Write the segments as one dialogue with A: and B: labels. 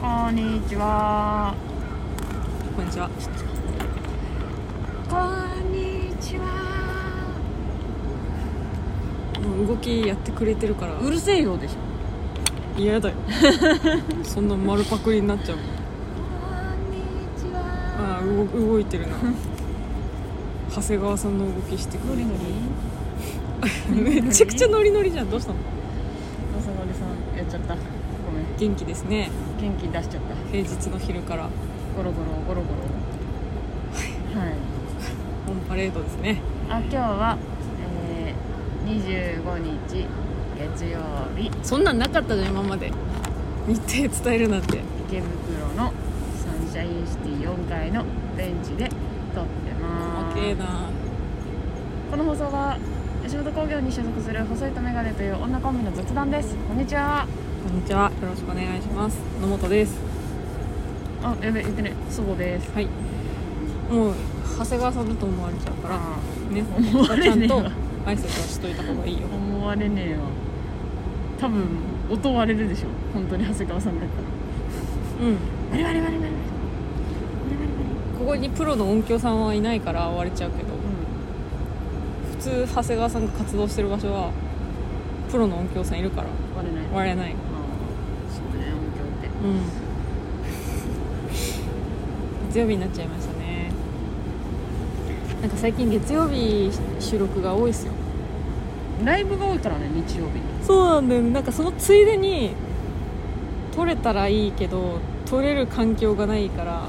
A: こんにちは。
B: こんにちは。
A: こんにちは。
B: もう動きやってくれてるから
A: うるせえようでしょ。
B: 嫌 だよそんな丸パクリになっちゃう
A: こんにちは。
B: ああ動動いてる な長谷川さんの動きしてく
A: ノ
B: れ
A: リノリ。
B: てるめちゃくちゃノリノリじゃんどうしたの
A: 朝のりさんやっちゃった。ごめん。
B: 元気ですね
A: 元気出しちゃった。
B: 平日の昼から
A: ゴロゴロゴロゴロ。はい。
B: オンパレードですね
A: あ、今日は、えー、25日月曜日
B: そんなんなかったじゃん今まで日程伝えるなんて
A: 池袋のサンシャインシティ4階のベンチで撮ってま
B: わ
A: す。
B: けえな
A: この放送は吉本興業に所属する細いとメガネという女コンビの雑談ですこんにちは
B: こんにちはよろしくお願いします野本です
A: あやべ言ってね祖母です
B: はいもう長谷川さんだと思われちゃうから
A: あ
B: ね
A: 思わ
B: ちゃ
A: れね
B: ん
A: え
B: と
A: わ
B: 挨拶はしといた方がいいよ
A: 思われねえわ多分音割れるでしょ本当に長谷川さんだったら
B: う
A: 割
B: ん
A: れ割れ割れ割れ
B: ここにプロの音響さんはいないから割れちゃうけど普通長谷川さんが活動してる場所はプロの音響さんいるから
A: うん割れないあ
B: 割れない
A: ーそうね音響って
B: うん月曜日になっちゃいましたねなんか最近月曜日収録が多いっすよ
A: ライブが多いからね日曜日に
B: そうなんだよねなんかそのついでに撮れたらいいけど撮れる環境がないから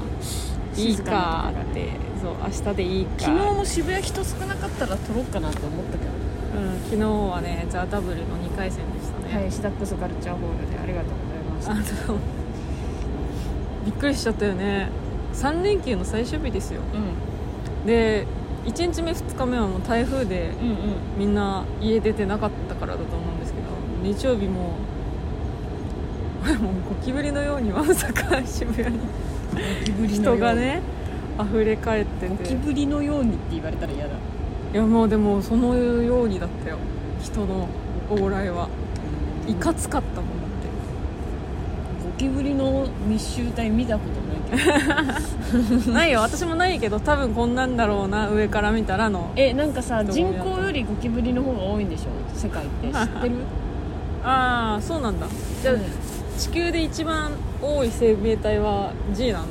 B: いい
A: 静
B: か
A: かなとこ
B: っ
A: が
B: て
A: ね
B: そう明日でいいか
A: 昨日も渋谷人少なかったら撮ろうかなって思ったけど
B: うん、昨日はね「ザ・ダブルの2回戦でしたね、
A: はいシダックスカルチャーホールでありがとうございました
B: あのびっくりしちゃったよね3連休の最終日ですよ
A: う
B: で1日目2日目はもう台風で
A: んうんうん
B: みんな家出てなかったからだと思うんですけど日曜日も うもうゴキブリのようにわんさか渋谷に
A: ゴキブリのように
B: 人がね溢れ返って
A: ゴ
B: て
A: キ
B: い
A: ブリのようにって言われたら嫌だ
B: やもうでもそのようにだったよ人の往来はいかつかったもんだって
A: ゴキブリの密集体見たことないけど
B: ないよ私もないけど多分こんなんだろうな上から見たらの
A: えなんかさ
B: どう
A: 人
B: やった
A: 口よりゴキブリの方が多いんでしょ世界って知ってる
B: ああそうなんだじゃあ、
A: うん
B: 地球で一番多い生命体は G なの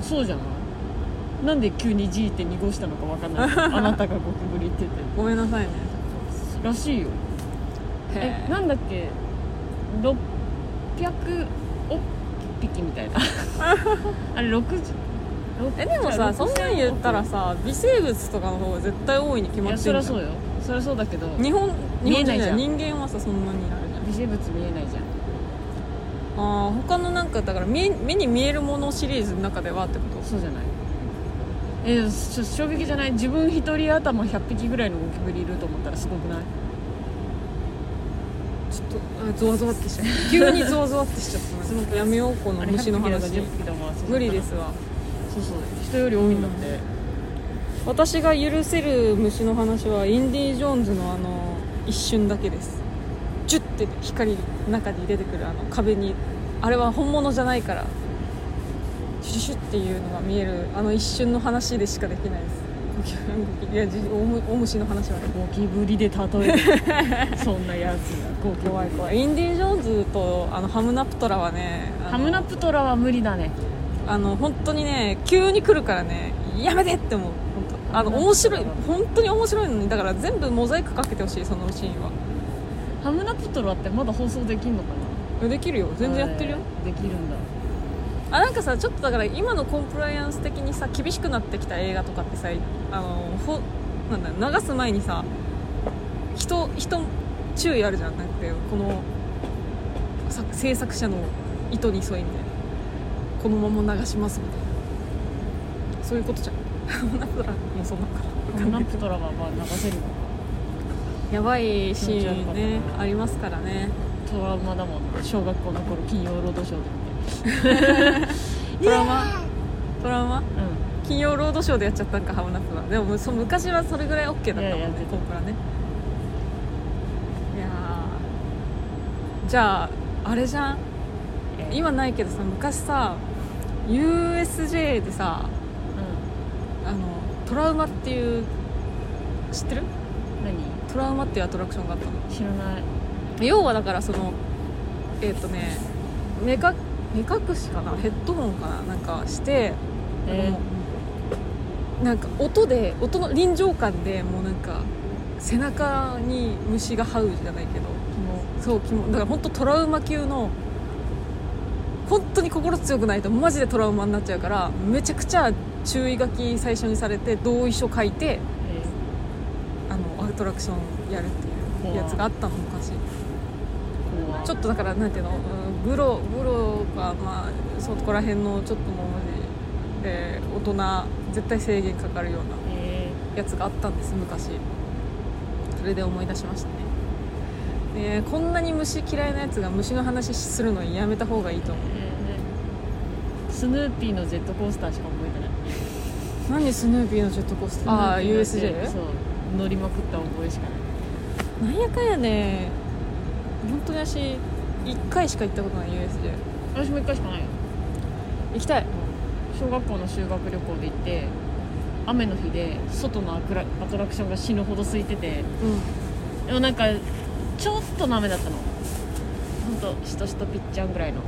A: そうじゃないなんで急に G って濁したのかわかんないあなたがゴキブリって言ってる
B: ごめんなさいね
A: らしいよえ
B: へ
A: なんだっけ600億匹みたい なあれ60
B: ええでもさそんなん言ったらさ微生物とかの方が絶対多いに決
A: い
B: ま
A: や
B: って
A: そり
B: る
A: ゃ
B: じゃ
A: そうよそりゃそうだけど
B: ん日本
A: 見
B: 日
A: え
B: 本人
A: ない
B: じ
A: じゃ
B: ゃ
A: ん
B: 人間はさそんなにあるじゃん
A: 微生物見えないじゃん
B: ああ他のなんかだから目目に見えるものシリーズの中ではってこと
A: そうじゃないえでもちょ衝撃じゃない自分一人頭100匹ぐらいのゴキブリいると思ったらすごくない
B: ちょっとあゾワゾワってしちゃう急にゾワゾワってしちゃ ったすごくやめようこの
A: あれ
B: 虫の
A: 100
B: 話
A: 匹だか10匹だか忘れちゃった
B: 無理ですわ
A: そうそう人より多いんだって、
B: 私が許せる虫の話はインディ・ージョーンズのあの一瞬だけですジュッて光の中に出てくるあの壁にあれは本物じゃないからシュシュシュっていうのが見えるあの一瞬の話でしかできないですゴキいやじおむお虫の話はね
A: ゴキブリで例え るそんなやつがゴキ
B: 怖
A: 怖
B: い
A: い
B: 怖
A: 怖い
B: いインディ・ージョーンズとあのハムナプトラはねあ
A: ハ
B: の
A: ムナプトラは無理だね
B: あの本当にね急に来るからねやめてって思う本当あの
A: ハムナプトラ
B: 面白い本当に面白いのにだから全部モザイクかけてほしいそのシーンは
A: ハムナプトラってまだ放送できんのかな
B: できるよ全然やってるよ
A: あれできるんだ
B: あなんかさちょっとだから今のコンプライアンス的にさ厳しくなってきた映画とかってさあのほなんだ流す前にさ人人注意あるじゃんなんてこのさ制作者の意図に沿いみたいなこのまま流しますみたいなそういうことじゃん なんだろうもうそんなのか
A: ハムナプトラはまあ流せるのか
B: やばいシ
A: 気持ち悪
B: ー
A: かった
B: ンね
A: な
B: ありますからね
A: トラウマだもんね小学校の頃金曜ロードショーで
B: トラウマトラウマ
A: 見てうん
B: 金曜ロードショーでやっちゃったんかハムナプトがでもそ昔はそれぐらい OK だったも
A: い
B: ん
A: やいや
B: ね
A: 絶対
B: コンプラねいやーじゃああれじゃん
A: け
B: 今ないけどさ昔さ USJ でさ
A: うん
B: あのトラウマっていう知ってる
A: 何
B: トラウマっていうアトラクションがあったの
A: 知らない
B: 要はだからそのえっ、とね目か目隠しかなヘッドホンかななんかして
A: え
B: もうなんか音で音の臨場感でもうなんか背中に虫が這うじゃないけど
A: ー、も
B: そうキモだから本当トラウマ級の本当に心強くないとマジでトラウマになっちゃうからめちゃくちゃ注意書き最初にされて同意書書いて
A: うえ
B: あのアトラクションやるっていうやつがあったの昔
A: ー怖
B: ちょ
A: っ
B: っとだからなんていうの、うん、グログロがまあそこら辺のちょっともうマジで大人絶対制限かかるような
A: え
B: やつがあったんです昔それで思い出しましたねねえこんなに虫嫌いなやつが虫の話するのやめた方がいいと思
A: ー、えー、スヌーピーのジェットコースターしか覚えてないう
B: 何スヌーピーのジェットコースターああー USJ
A: そう乗りまくった覚えしかない
B: なんやかんやね本当に私1回しか行ったことない USJ
A: 私も一回しかないよ
B: 行きたい
A: 小学校の修学旅行で行って雨の日で外のアクラアトラクションが死ぬほど空いてて
B: う
A: でもなんかちょっとの雨だったのほんとしとしとぴっちゃんぐらいの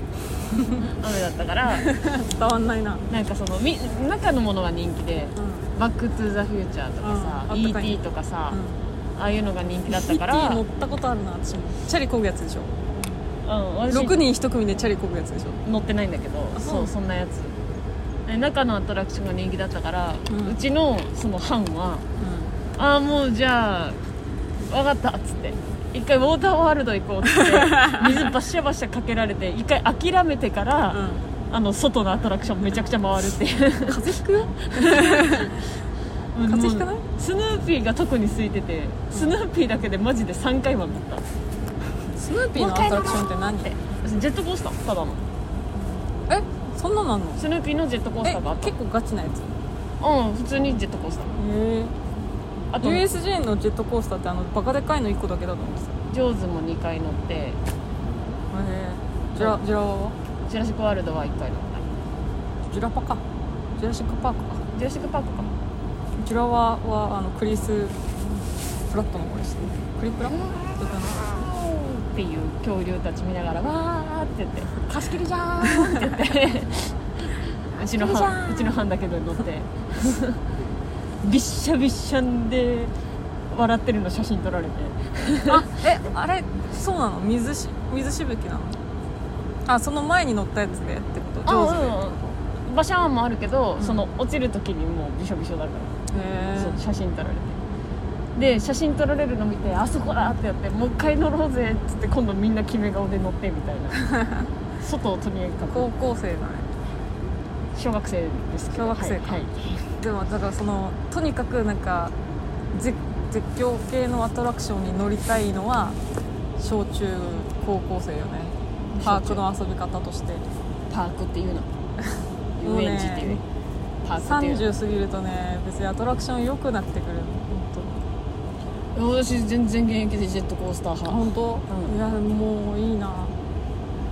A: 雨だったから
B: ん伝わんないな
A: なんかそのみ中のものが人気で
B: う
A: 「
B: ん
A: バック・トゥ・ザ・フューチャー」とかさ「
B: うんあったかい
A: E.T.」とかさ、
B: うん
A: ああいうのが人気だったか
B: PT
A: ら
B: 乗ったことあるな私もチャリ漕ぐやつでしょ
A: うん、私
B: 6人1組でチャリ漕ぐやつでしょ
A: 乗ってないんだけど
B: あ
A: そ
B: うん
A: うそんなやつで中のアトラクションが人気だったから、
B: う
A: うんちのその班は
B: う
A: ああもうじゃあ分かったっつって一回ウォーターワールド行こうっつ って水バシャバシャかけられて一回諦めてから、
B: ん
A: あの外のアトラクションめちゃくちゃ回るっていう
B: 風邪ひくよ
A: うん
B: 風邪ひかない
A: もうスヌーピーが特に空いててスヌーピーだけでマジで3回は乗った
B: スヌーピーのアトラクションって何え
A: ジェットコースターただの
B: そんなのあんの
A: スヌーピーのジェットコース
B: え
A: ターがあった
B: 結構ガチなやつへ
A: うん普通にジェットコースター
B: え
A: あと
B: USJ のジェットコースターってあのバカでかいの1個だけだと思ってたへ
A: ジョーズも2回乗って
B: えジュラジュラは
A: ジュラシック・ワールドは1回乗った
B: ジュラパかジュラシック・パークか
A: ジュラシック・パークか
B: ジュラワはあのクリス・プラットの声してるクリプラって言ったの
A: っていう恐竜たち見ながらわーって言って
B: 貸し切りじゃーん
A: うちの
B: いいじゃ
A: 班
B: ん
A: うちの班だけど乗って びっしゃびっしゃんで笑ってるの写真撮られて
B: あえあれそうなの水し水しぶきなのあその前に乗ったやつでってこと上手で
A: 上手バシャーンもあるけど、
B: ん
A: その落ちる時にもうびしょびしょだから、
B: へ
A: そう写真撮られてで写真撮られるの見てあそこだってやってもう一回乗ろうぜっつって今度みんな決め顔で乗ってみたいな 外をとにか
B: え
A: く
B: 高校生だね
A: 小学生ですけど
B: 小学生
A: は
B: か
A: い、はい
B: でもだからそのとにかくなんか絶絶叫系のアトラクションに乗りたいのは小中高校生よねパークの遊び方として
A: パークって いうの
B: もう
A: 遊
B: ね
A: 園地っていうパークっていう
B: 30過ぎるとね別にアトラクション良くなってくるの本
A: 私全然現役でジェットコースター
B: 当
A: 派
B: 本当、
A: うん
B: いやもういいな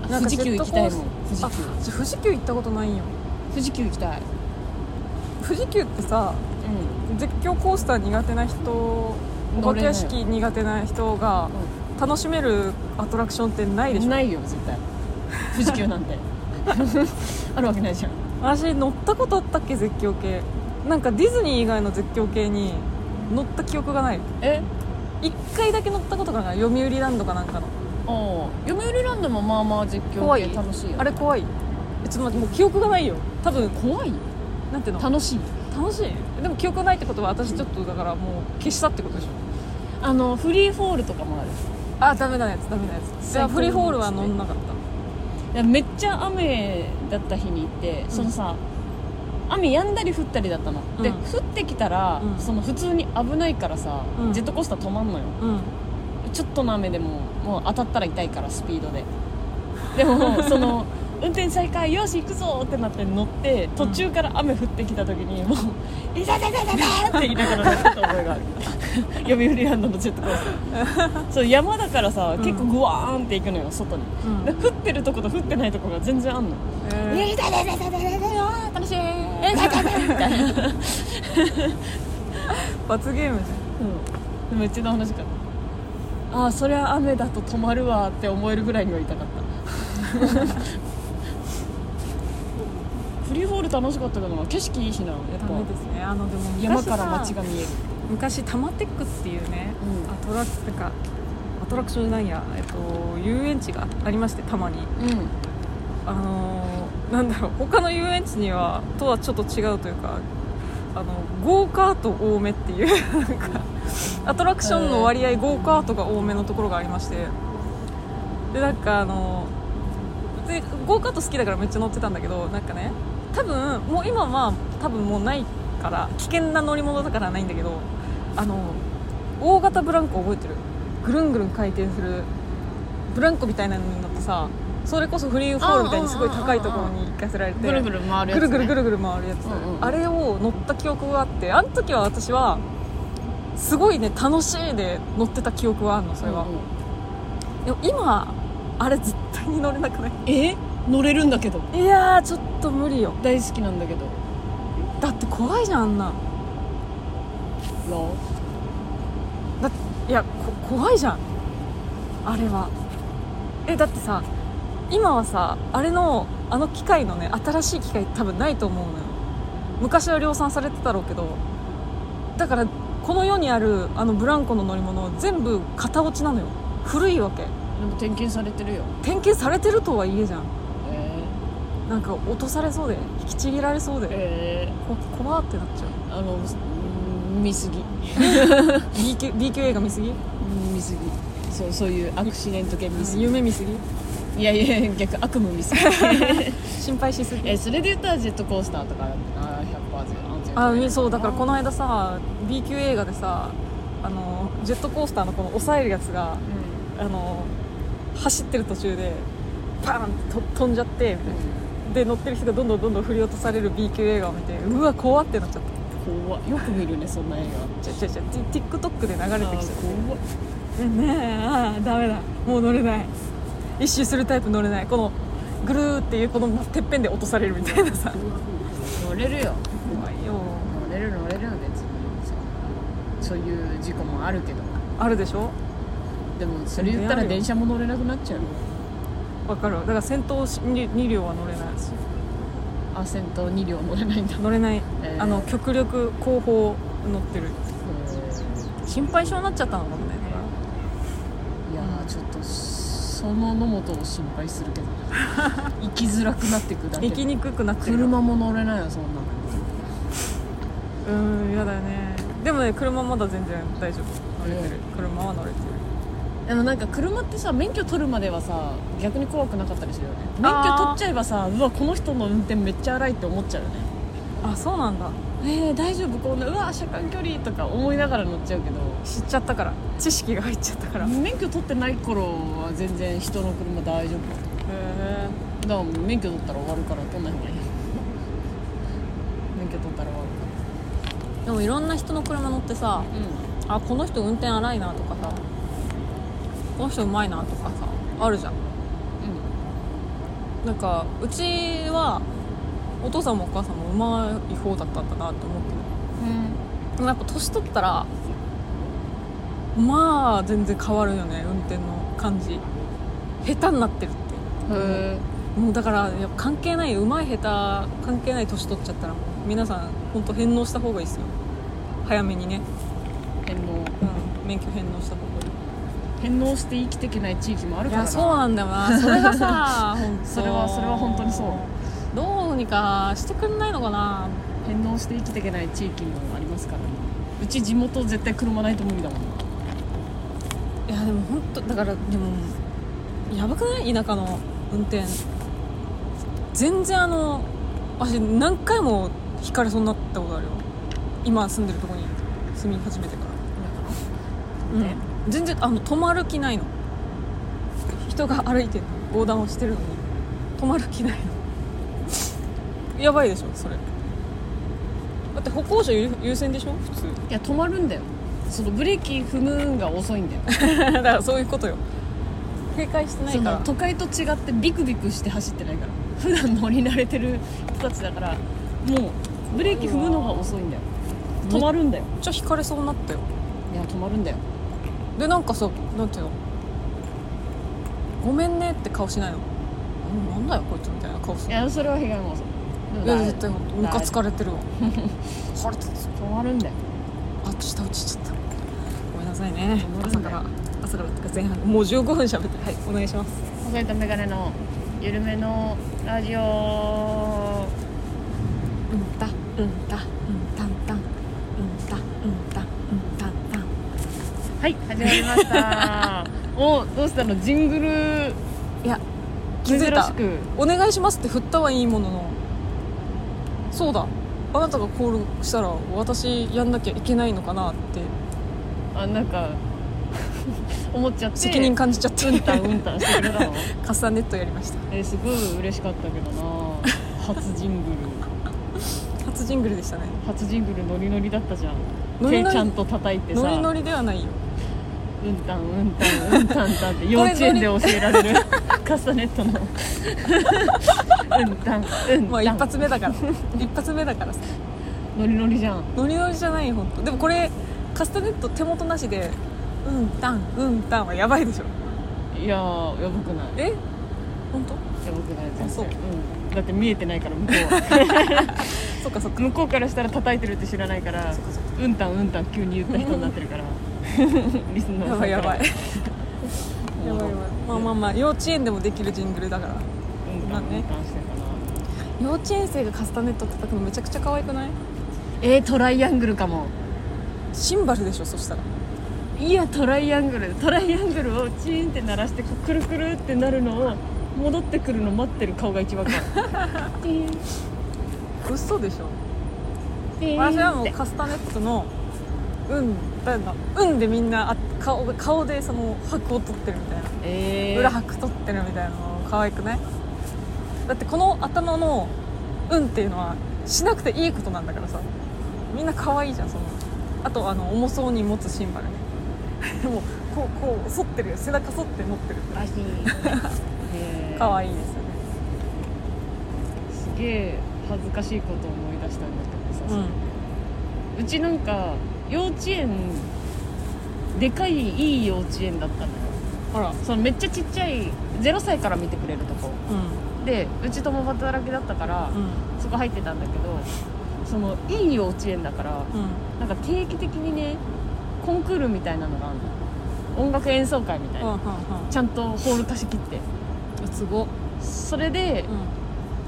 A: 富士急行きたいもん富士
B: あ
A: 急
B: 私富士急行ったことないよ
A: 富士急行きたい
B: 富士急ってさ
A: う
B: 絶叫コースター苦手な人お化け屋敷苦手な人が楽しめるアトラクションってないでしょ
A: ないよ絶対富士急なん てあるわけないじゃん
B: 私乗ったことあったっけ絶叫系なんかディズニー以外の絶叫系に乗った記憶がない
A: え
B: 一回だけ乗ったことがない読売ランドかなんかの
A: お読売ランドもまあまあ絶
B: 怖
A: 叫
B: い
A: 系楽しいよ
B: あれ怖いえちょっと待ってもう記憶がないよ多分
A: 怖い
B: なんていうの
A: 楽しい
B: 楽しいでも記憶ないってことは私ちょっとだからもう消したってことでしょ
A: あのフリーフォールとかもある
B: あダメなやつダメなやつじ
A: 最
B: ゃあ
A: 高の
B: フリーフォールは乗んなかった
A: いやめっちゃ雨だった日に行ってそのさ、雨止んだり降ったりだったの、で
B: うん
A: 降ってきたら、
B: うん
A: その普通に危ないからさ、
B: うん
A: ジェットコースター止まんのよ
B: う ん
A: ちょっとの雨でももう当たったら痛いからスピードででもその運転再開よし行くぞってなって乗って途中から雨降ってきた時にもう「いたたたたた!」って言いながら 乗った覚えがある読売ランドのジェットコースターそう山だからさ結構グワーンって行くのよ外に、
B: うん
A: で降ってるとこと降ってないとこが全然あんの「
B: え
A: いたたたたたたた楽しい!」「いたたた」みたいな、
B: ー、罰ゲームじ
A: うん、めっちゃ話かああそりゃ雨だと止まるわって思えるぐらいには痛かった フリーフォール楽しかったけどな景色いいしなやっ
B: ゃんダメで
A: ぱ
B: すねあのでも昔
A: 山
B: さ
A: から街が見える
B: 昔タマテックスっていうね、
A: うん
B: アトラクなんかアトラクションなんや、えっと、遊園地がありましてたまに
A: うん
B: あのーなんだろう他の遊園地にはとはちょっと違うというかあのゴーカート多めっていうなんかアトラクションの割合ゴーカートが多めのところがありましてでなんかあのでゴーカート好きだからめっちゃ乗ってたんだけどなんかね多分もう今は多分もうないから危険な乗り物だからないんだけどあの大型ブランコ覚えてるぐるんぐるん回転するブランコみたいなのに乗ってさそれこそフリーフォールみたいにすごい高いところに行かせられて
A: ぐるぐる回るや
B: ぐ
A: つ、ね、
B: るぐるぐ
A: る
B: るぐる回るやつ、
A: うんうん
B: あれを乗った記憶があってあの時は私はすごいね楽しいで乗ってた記憶はあるのそれは、でも今あれ絶対に乗れなくない
A: え乗れるんだけど
B: いやーちょっと無理よ
A: 大好きなんだけど
B: だって怖いじゃんあんな
A: ロ
B: だいやこ怖いじゃんあれはえだってさ今はさあれのあの機械のね新しい機械多分ないと思うのよ昔は量産されてたろうけどだからこの世にあるあのブランコの乗り物全部型落ちなのよ古いわけ
A: ーでも点検されてるよ
B: 点検されてるとはいえじゃん
A: え
B: なんか落とされそうで引きちぎられそう
A: ー、
B: で
A: え
B: こ怖ってなっちゃう
A: ー、あのうん見すぎ
B: B 級 B 級映画見すぎ
A: うん見すぎそうそういうアクシデント系見すぎ
B: 夢見すぎ
A: いやいや逆悪夢見すぎ
B: 心配しす ぎ
A: えそれで言ったらジェットコースターとかだってな100%安全
B: あうんそうだからこの
A: う
B: 間さ B 級映画でさあのジェットコースターのこの抑えるやつが
A: ん
B: あの走ってる途中でパーンと飛んじゃってで乗ってる人がどんどんどんどん振り落とされる B 級映画を見てうわ怖ってなっちゃった
A: 怖っよく見るねそんな映
B: ちゃちゃちゃ TikTok で流
A: 画
B: れてきちゃっ
A: あー怖って
B: ねえああダメだもう乗れない一周するタイプ乗れないこのぐるーっていうこのてっぺんで落とされるみたいなさ
A: 乗れるよ
B: 怖いよ
A: 乗れる乗れるの別にさそういう事故もあるけど
B: あるでしょ
A: でもそれ言ったら電車も乗れなくなっちゃうよ
B: わかるだから先頭2両は乗れないし
A: あ先頭2両乗れないんだ、
B: 乗れない、
A: えー
B: あの極力後方乗ってる心配性になっちゃったのかもね
A: いやーちょっとその野本を心配するけ ど行きづらくなってくだけ
B: 行きにくくなってる
A: 車も乗れないよそんなの
B: うーん嫌だよねでもね車まだ全然大丈夫乗れてる、車は乗れてる
A: でもなんか車ってさ免許取るまではさ逆に怖くなかったりするよね免許取っちゃえばさうわこの人の運転めっちゃ荒いって思っちゃうよね
B: あそうなんだ
A: えー、大丈夫こんなうわ車間距離とか思いながら乗っちゃうけど
B: 知っちゃったから知識が入っちゃったからへ
A: 免許取ってない頃は全然人の車大丈夫
B: え
A: だから免許取ったら終わるから取んない方がいい免許取ったら終わる
B: でもいろんな人の車乗ってさ
A: からうん
B: あこの人運転荒いなとかさこの人うまいなとかさあるじゃん
A: う
B: なんかうちはお父さんもお母さんもうまい方だったんだなって思ってる
A: ん
B: でもやっぱ年取ったらまあ全然変わるよね運転の感じ下手になってるっ
A: へえ
B: てもうだからやっぱ関係ない上手い下手関係ない年取っちゃったらもう皆さん本当返納した方がいいですよ早めにね、
A: 返納
B: うん、免許返納した方がいい
A: 返納して生きていけない地域もある
B: い
A: から
B: や
A: な
B: そうなんだよなそれが さ本当
A: それはそれは本当にそう
B: どうにかしてくんないのかな
A: 返納して生きていけない地域もありますからねうち地元絶対車ないと無理だもん
B: いやでも本当だからでもやばくない田舎の運転全然あの私何回もひかれそうになったことあるよ今住んでるとこに住み始めてから、
A: ね
B: うん全然あの止まる気ないの人が歩いてる横断をしてるのに止まる気ないのやばいでしょそれだって歩行者優優先でしょ普通
A: いや止まるんだよそのブレーキ踏むんが遅いんだよ
B: だからそういうことよ警戒してない
A: そ
B: か
A: の
B: ら
A: 都会と違ってビクビクして走ってないから普段乗り慣れてる人たちだからもうブレーキ踏むのが遅いんだよ止まるんだよ
B: めっちゃ引かれそうになったよ
A: いや止まるんだよ
B: でなんかさなんていうのごめんねって顔しないのうんなんだよこいつみたいな顔す
A: い
B: る
A: やそれは被害妄想
B: いや絶対ムカつかれてるわ腹立つ
A: 止まるんだよ
B: あ下落ちちゃったごめんなさいね
A: 止まる
B: 朝
A: ん
B: か
A: だよ
B: ら朝からってか前半もう15分喋ってはいお願いします
A: 細いとメガネの緩めのラジオ
B: うんたうんたうんたんたんうんたうんたうんたんたん
A: はい始まりました おどうしたのジングル
B: いや気
A: 珍
B: づいた
A: しく
B: お願いしますって振ったはいいもののそうだあなたがコールしたら私やんなきゃいけないのかなって
A: あなんか 思っちゃって
B: 責任感じちゃって
A: うんたんうんたんしてくれた の
B: カスタネットやりました
A: えすごい嬉しかったけどな初ジングル
B: 初ジングルでしたね
A: 初ジングルノリノリだったじゃん
B: ノリ
A: 手
B: ノリ
A: ちゃんと叩いてさ
B: ノリノリではないよ
A: うんたんうんたんうんた んたんって幼稚園で教えられる カスタネットのうんたんうん
B: まあ
A: た
B: 一
A: ん
B: 発目だから 一発目だからさ
A: ノリノリじゃん
B: ノリノリじゃないよ本当でもこれカスタネット手元なしで「うんたんうんたん」はやばいでしょ
A: いやーやばくない
B: え本当
A: やばくない全然、
B: あそうん
A: だって見えてないから向こう は
B: そっかそっか
A: 向こうからしたら叩いてるって知らないから
B: そっかそっ
A: うんたんうんたん急に言った人になってるから リスナー
B: や
A: さん
B: ばいやばい
A: か
B: やばいやばいまあまあまあ幼稚園でもできるジングルだから
A: らうんたんうんたんしてたな
B: 幼稚園生がカスタネット叩くのめちゃくちゃ可愛くない
A: えー、トライアングルかも
B: シンバルでしょそしたら
A: いやトライアングルトライアングルをチーンって鳴らしてこうくるくるってなるのを戻ってくるの待ってる顔が一番可 愛いチーン
B: 嘘でしょ
A: チーン
B: 私はも
A: っ
B: う
A: て
B: カスタネットの「うん」だんだうん」でみんなあ顔顔でその箔を取ってるみたいな
A: えー、
B: 裏拍取ってるみたいなの可愛くないだってこの頭の「うん」っていうのはしなくていいことなんだからさみんな可愛いじゃんそのあとあの重そうに持つシンバルねもうこうこう反ってるよ背中反って持ってる
A: 足 えー
B: 可愛いですよね
A: すげえ恥ずかしいことを思い出したんだけどさ、うちなんか幼稚園でかいいい幼稚園だったのよ
B: ほら
A: そのめっちゃちっちゃい0歳から見てくれるとこ
B: う
A: でうち共働きだったから、
B: んうん
A: そこ入ってたんだけどそのいい幼稚園だから
B: う
A: なんか定期的にねコンクールみたいなのがあるの音楽演奏会みたい
B: んうん
A: な、ちゃんとホール貸し切って
B: うんすご
A: それで、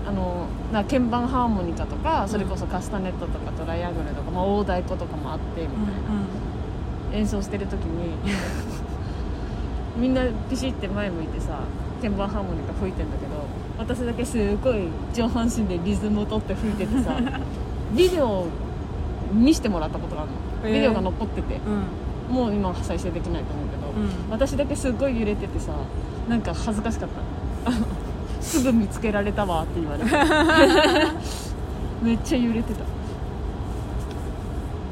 A: あのなんか鍵盤ハーモニカとかそれこそカスタネットとかトライアングルとか、まあ、大太鼓とかもあってみたいな、演奏してる時にみんなピシって前向いてさ鍵盤ハーモニカ吹いてんだけど私だけすごい上半身でリズムを取って吹いててさビデオを見してもらったことがある
B: へ
A: の
B: え
A: ビデオが残ってて、
B: うん
A: もう今は再生できないと思うけど、
B: うん
A: 私だけすごい揺れててさなんか恥ずかしかった すぐ見つけられたわって言われ てめっちゃ揺れてた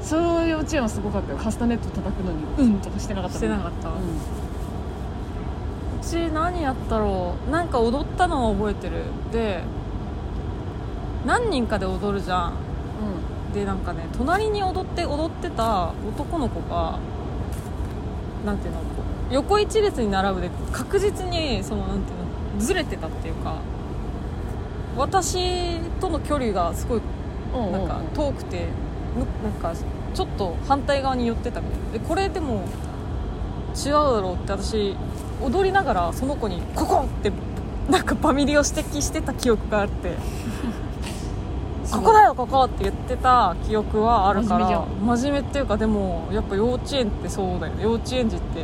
A: そういう幼稚園はすごかったよカスタネット叩くのにうんとかしてなかった
B: してな
A: か
B: かった、う
A: うん、
B: ち何やったろうなんか踊ったのは覚えてるで何人かで踊るじゃんでなんかね隣に踊って踊ってた男の子がなんていうのこう横一列に並ぶで確実にそのなんていうのずれてたっていうか私との距離がすごい
A: うん
B: なんか
A: う
B: 遠くてむなんかちょっと反対側に寄ってたみたいなでこれでも違うだろうって私踊りながらその子に「ここ!」ってなんかバミリを指摘してた記憶があって「ここだよここ!」って言ってた記憶はあるから
A: 真面
B: 真面目っていうかでもやっぱ幼稚園ってそうだよね幼稚園児って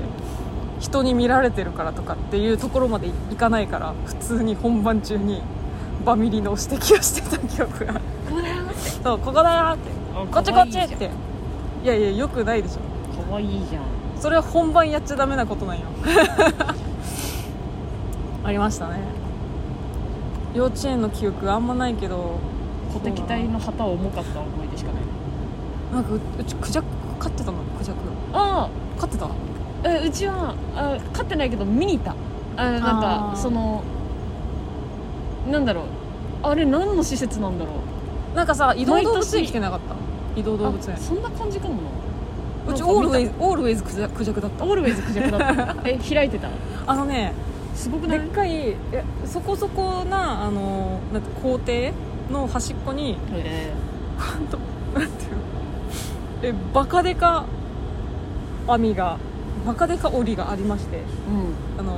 B: 人に見られてるからとかっていうところまでいかないから普通に本番中にバミリの指摘をしてた記憶がある
A: ここだよって
B: そうここだーってこっちこっちっ
A: か
B: ていやいやよくないでしょ
A: わいいじゃん
B: それは本番やっちゃダメ なことなんよありましたね幼稚園の記憶あんまないけど
A: 小敵隊の旗は重かった思い出しかない
B: なんかううちクジャク飼ってたのクジャク
A: あ
B: 飼ってた
A: あえうちはあ飼ってないけど見に行ったあなんか
B: あー
A: そのなんだろうあれ何の施設なんだろう
B: なんかさ移動動
A: 毎
B: 物
A: 年
B: 園来てなかった移動動物園
A: あそんな感じかもな
B: うち
A: なんか
B: オー
A: 見
B: ルウ
A: た
B: ェイズオールウェイズクジャクジャクだった
A: オールウェイズクジャク だったえ開いてた
B: あのね
A: すごくな
B: で
A: い
B: っかいえそこそこなあのなんて校庭の端っこに
A: え
B: ほんとなんていうのえバカデカ網がバカデカ檻がありまして
A: ーうん
B: あの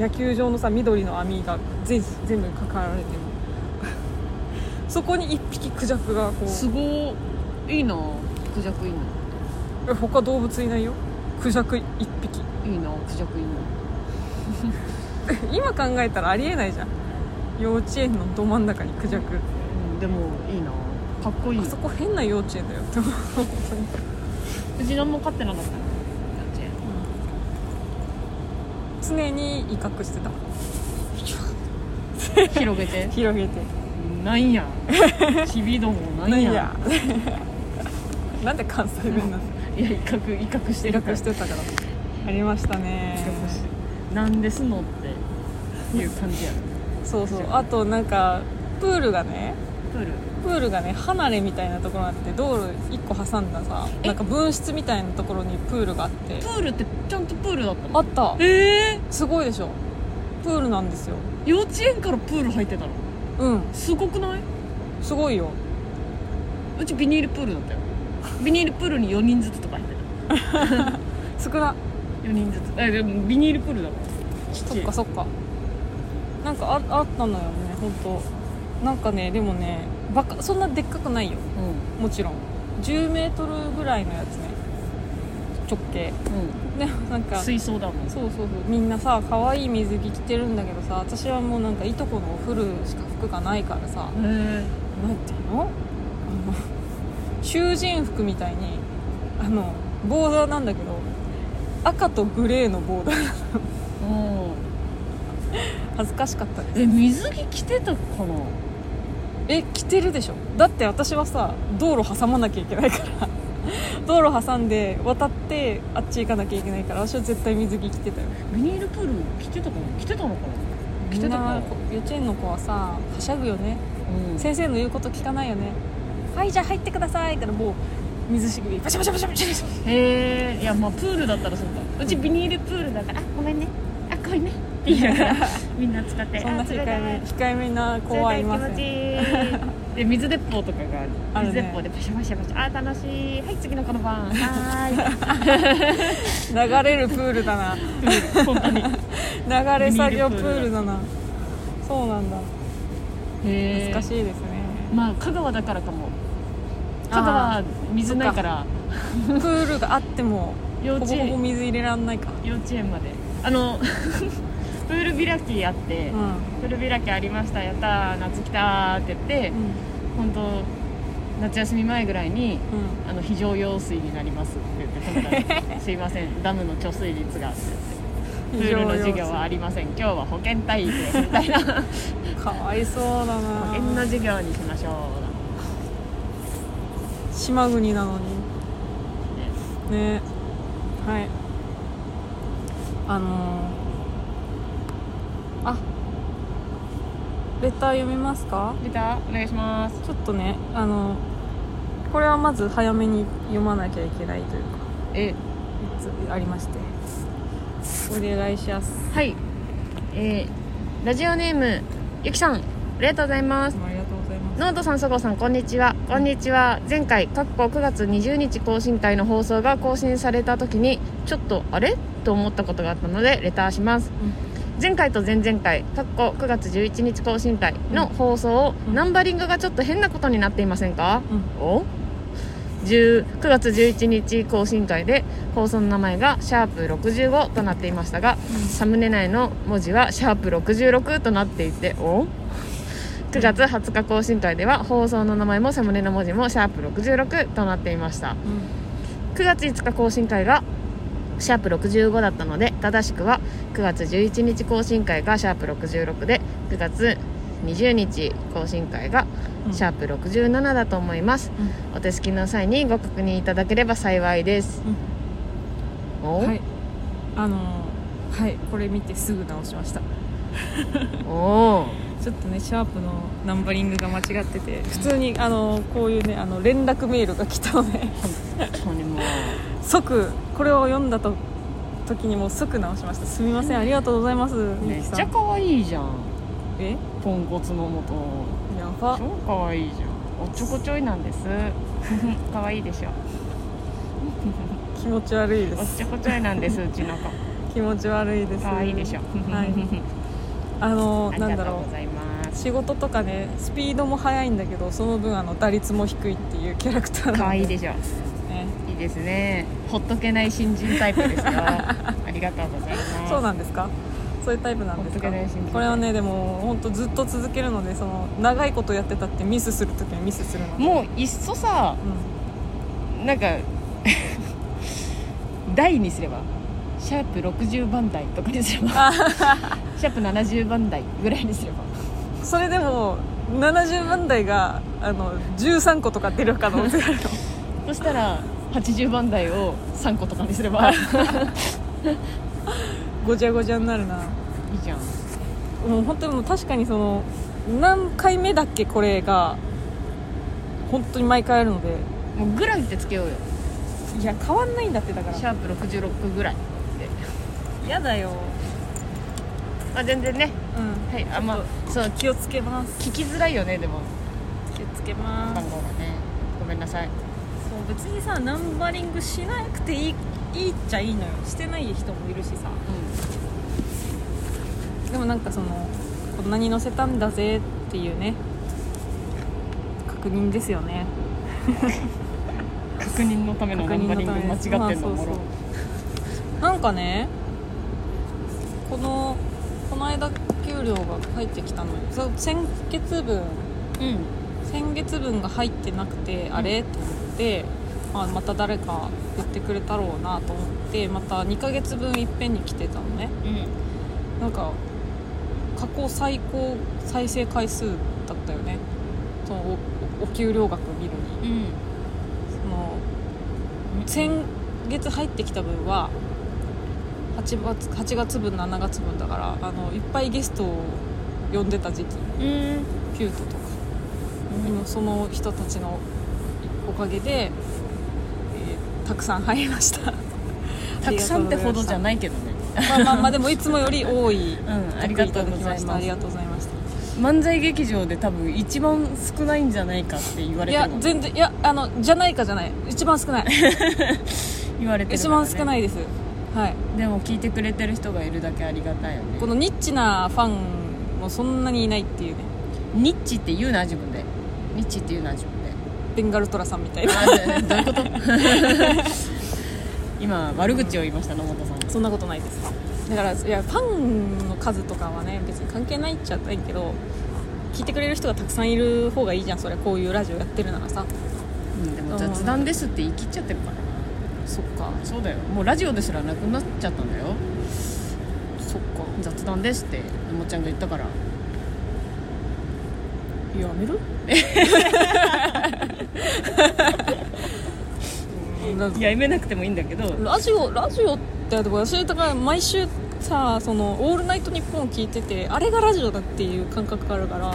B: 野球場のさ緑の網が全全部かかられてる そこに1匹クジャクがこう
A: すごいいいなクジャクいいな
B: え他動物いないよクジャク1匹
A: いいなクジャクいいな
B: 今考えたらありえないじゃん幼稚園のど真ん中にクジャク
A: うんでもいいなかっこいい
B: あそこ変な幼稚園だよって思う本当に
A: うち何も飼ってなかったの
B: 常に威嚇してた
A: 広げ て
B: 広げて
A: なん やちびどもなんや
B: なんで関西弁なの
A: いや威嚇威嚇して
B: 威
A: るから
B: 嚇してたからありましたね
A: なんですのっていう感じや
B: そうそうあとなんかプールがね
A: プール
B: プールがね離れみたいなところがあって道路1個挟んださ
A: え
B: なんか分室みたいなところにプールがあって
A: プールってちゃんとプールだったの
B: あった
A: ええ
B: すごいでしょプールなんですよ
A: 幼稚園からプール入ってたの
B: うん
A: すごくない
B: すごいよ
A: うちビニールプールだったよビニールプールに4人ずつとか入ってた
B: 少な
A: 4人ずつえでもビニールプールだからちっ
B: そっかそっかなんかああったのよね本当なんかねでもねバカそんなでっかくないよ
A: う
B: もちろん1 0ルぐらいのやつね直径
A: ん
B: でなん
A: うん
B: かそう
A: 水槽だもん
B: そうそうみんなさ可愛い水着着てるんだけどさ私はもうなんかいとこのお古しか服がないからさ
A: え
B: なんていうのあの囚人服みたいにあのボーダーなんだけど赤とグレーのボーダー
A: うん
B: 恥ずかしかったです
A: え水着着てたかな
B: え着てるでしょだって私はさ道路挟まなきゃいけないから道路挟んで渡ってあっち行かなきゃいけないから私は絶対水着着てたよ
A: ビニールプール着てたかな着てたのかな着
B: み
A: て
B: ん
A: たか
B: な
A: な、
B: 幼稚園の子はさはしゃぐよね
A: うん
B: 先生の言うこと聞かないよねはいじゃあ入ってくださいからもう水しぶりバシャバシャバシャバシャバシャ
A: へえいやまあプールだったらそうかうちビニールプールだからあごめんねあごめんねって言いながら みんな使って
B: そんな
A: あ冷
B: 控え
A: たい
B: め控えめな子はいませ
A: 冷
B: ん
A: たい気持ちいい で水鉄砲とかがあ
B: あ
A: る
B: る
A: 水
B: ね
A: 鉄砲でパシャパシャパシャあー楽しいはい次のこの 番は
B: 流れるプールだな
A: ーい本 当にへ
B: 流れ作業プールだなそうなんだ
A: え
B: 難しいですね
A: まあ香川だからかも
B: あー
A: 香川水ないから
B: プールがあっても
A: 幼
B: ほぼ
A: 稚
B: ほぼ
A: 園
B: 水入れらんないか
A: 幼稚園まであの プール開きあって、
B: う
A: プール開きありましたやったー夏来たーって言って、
B: ん
A: 本当夏休み前ぐらいに
B: うん
A: あの非常用水になりますって言って友達にすいませ んダムの貯水率がって言ってプールの授業はありません今日は保健体育ですみたいな保
B: かわいそうだな
A: 健の授業にしましょうだもん
B: 島国なのに
A: ね
B: ねはいあのー、あレター読みますか
A: レターお願いします
B: ちょっとねあのこれはまず早めに読まなきゃいけないというか
A: え
B: いつありましてお願いします
A: はいえーラジオネームゆきさんありがとうございます
B: ありがとうございます
A: ノートさん、そごうさん、こんにちは。こんにちは。前回、かっこ9月20日更新会の放送が更新された時に、ちょっと、あれと思ったことがあったので、レターします。前回と前々回、かっこ9月11日更新会の放送を、
B: うん
A: ナンバリングがちょっと変なことになっていませんか、
B: う
A: お10 9月11日更新会で放送の名前が「シャープ #65」となっていましたが、サムネ内の文字は「シャープ #66」となっていてお9月20日更新会では放送の名前もサムネの文字も「シャープ #66」となっていました9月5日更新会が「シャープ #65」だったので正しくは9月11日更新会が「シャープ #66」で9月
C: 20日更新会が
A: うん
C: シャープ67だと思います、お手すきの際にご確認いただければ幸いです、お、
B: はいあのーはいこれ見てすぐ直しました
C: お
B: ちょっとねシャープのナンバリングが間違ってて普通にあのこういうねあの連絡メールが来たので
A: 本当にもう
B: 即これを読んだと時にもう即直しましたすみませんありがとうございます
A: め
B: みゆき
A: っ
B: さん
A: ちゃ可愛いじゃん
B: えや
A: ポンコツのもと
B: ば
C: 超かわいいじゃんおっちょこちょいなんですかわいいでしょ
B: 気持ち悪いで
C: おっ
B: す
C: ちょこちょいなんですうちの子
B: 気持ち悪いです
C: かわいいでしょ、
B: はいあの
C: あり
B: なんだ
C: がと
B: ろ
C: うご
B: う
C: ざいます
B: 仕事とかねスピードも速いんだけどその分あの打率も低いっていうキャラクター
C: か
B: な
C: わ
B: ん
C: いい
B: で
C: でしょ
B: ね
C: いいですねほっとけない新人タイプ ですよありがとうございます
B: そうなんですかそういうタイプなんです
C: ほっとけ
B: か
C: ない新人
B: これはねでも本当ずっと続けるのでその長いことやってたってミスするときはミスするので
C: もういっそさ
B: う
C: なんか 台にすればシャープ60番台とかにすれば シャープ70番台ぐらいにすれば
B: ん、それでも70番台があの13個とか出る可能性 あるの
C: そしたら80番台を3個とかにすれ ばい
B: ごちゃごちゃになるない
C: じゃん
B: もう本当にもう確かにその何回目だっけこれが本当に毎回あるので
C: もうぐらいってつけようよ
B: いや変わんないんだってだか
C: シ
B: ら
C: ャープ66ぐらい
B: 嫌だよ
C: まあ全然ね
B: うん
C: はいあまあそう
B: 気をつけます
C: 聞きづらいよねでも
B: 気をつけま
C: 番
B: す
C: 号がねごめんなさい
B: そう別にさナンバリングしなくていいいいっちゃいいのよしてない人もいるしさでもなんかそのこんなに載せたんだぜっていうね確認ですよね
C: 確認のための
B: 確
C: ナ
B: 認
C: ンバ
B: の
C: リング
B: た
C: 間違
B: めです
C: ってんの
B: まあ
C: も
B: そう
C: ろ
B: そうなんかねこのこの間給料が入ってきたのよそう先月
C: う
B: 分
C: ん
B: 先月分が入ってなくてあれ、と思って、まあ、また誰か言ってくれたろうなと思ってまた2ヶ月分いっぺんに来てたのね
C: う
B: なんか過去最高再生回数だったよねそのおおお給料額見るに
C: んうん
B: その先月入ってきた分は8月 ,8 月分7月分だからあのいっぱいゲストを呼んでた時期
C: うん
B: ピュートとか、今その人たちのおかげで、えーたくさん入りました
C: たくさんってほどじゃないけどね
B: まあまあまあでもいつもより多い
C: うんありがとうござい
B: 得意ただきした
C: ま
B: あ
C: す
B: りがとうございました
A: 漫才劇場で多分一番少ないんじゃないかって言わ
B: い
A: れて
B: や
A: るもん
B: 全然いやあのじゃないかじゃない一 番少ない
A: 言われてる
B: 一
A: からね
B: 番少ないですはい
A: でも聞いてくれてる人がいるだけありがたいよね
B: このニッチなファンもそんなにいないっていうね
A: ニッチって言うな自分でニッチって言うな自分で
B: ベンガルトラさんみたいな
A: あどういう こと今悪口を言いました野本さん
B: そんなことないですだからいやファンの数とかはね別に関係ないっちゃないけど聞いてくれる人がたくさんいる方がいいじゃんそれこういうラジオやってるならさ
A: うんでも雑談ですって言い切っちゃってるから
B: そっか
A: そうだよもうラジオですらなくなっちゃったんだよ
B: そっか
A: 雑談ですってのもちゃんが言ったから
B: やめるなんか
A: いややめなくてもいいんだけど
B: ラジオラジオってでも私だから毎週さその「オールナイトニッポン」を聞いててあれがラジオだっていう感覚があるから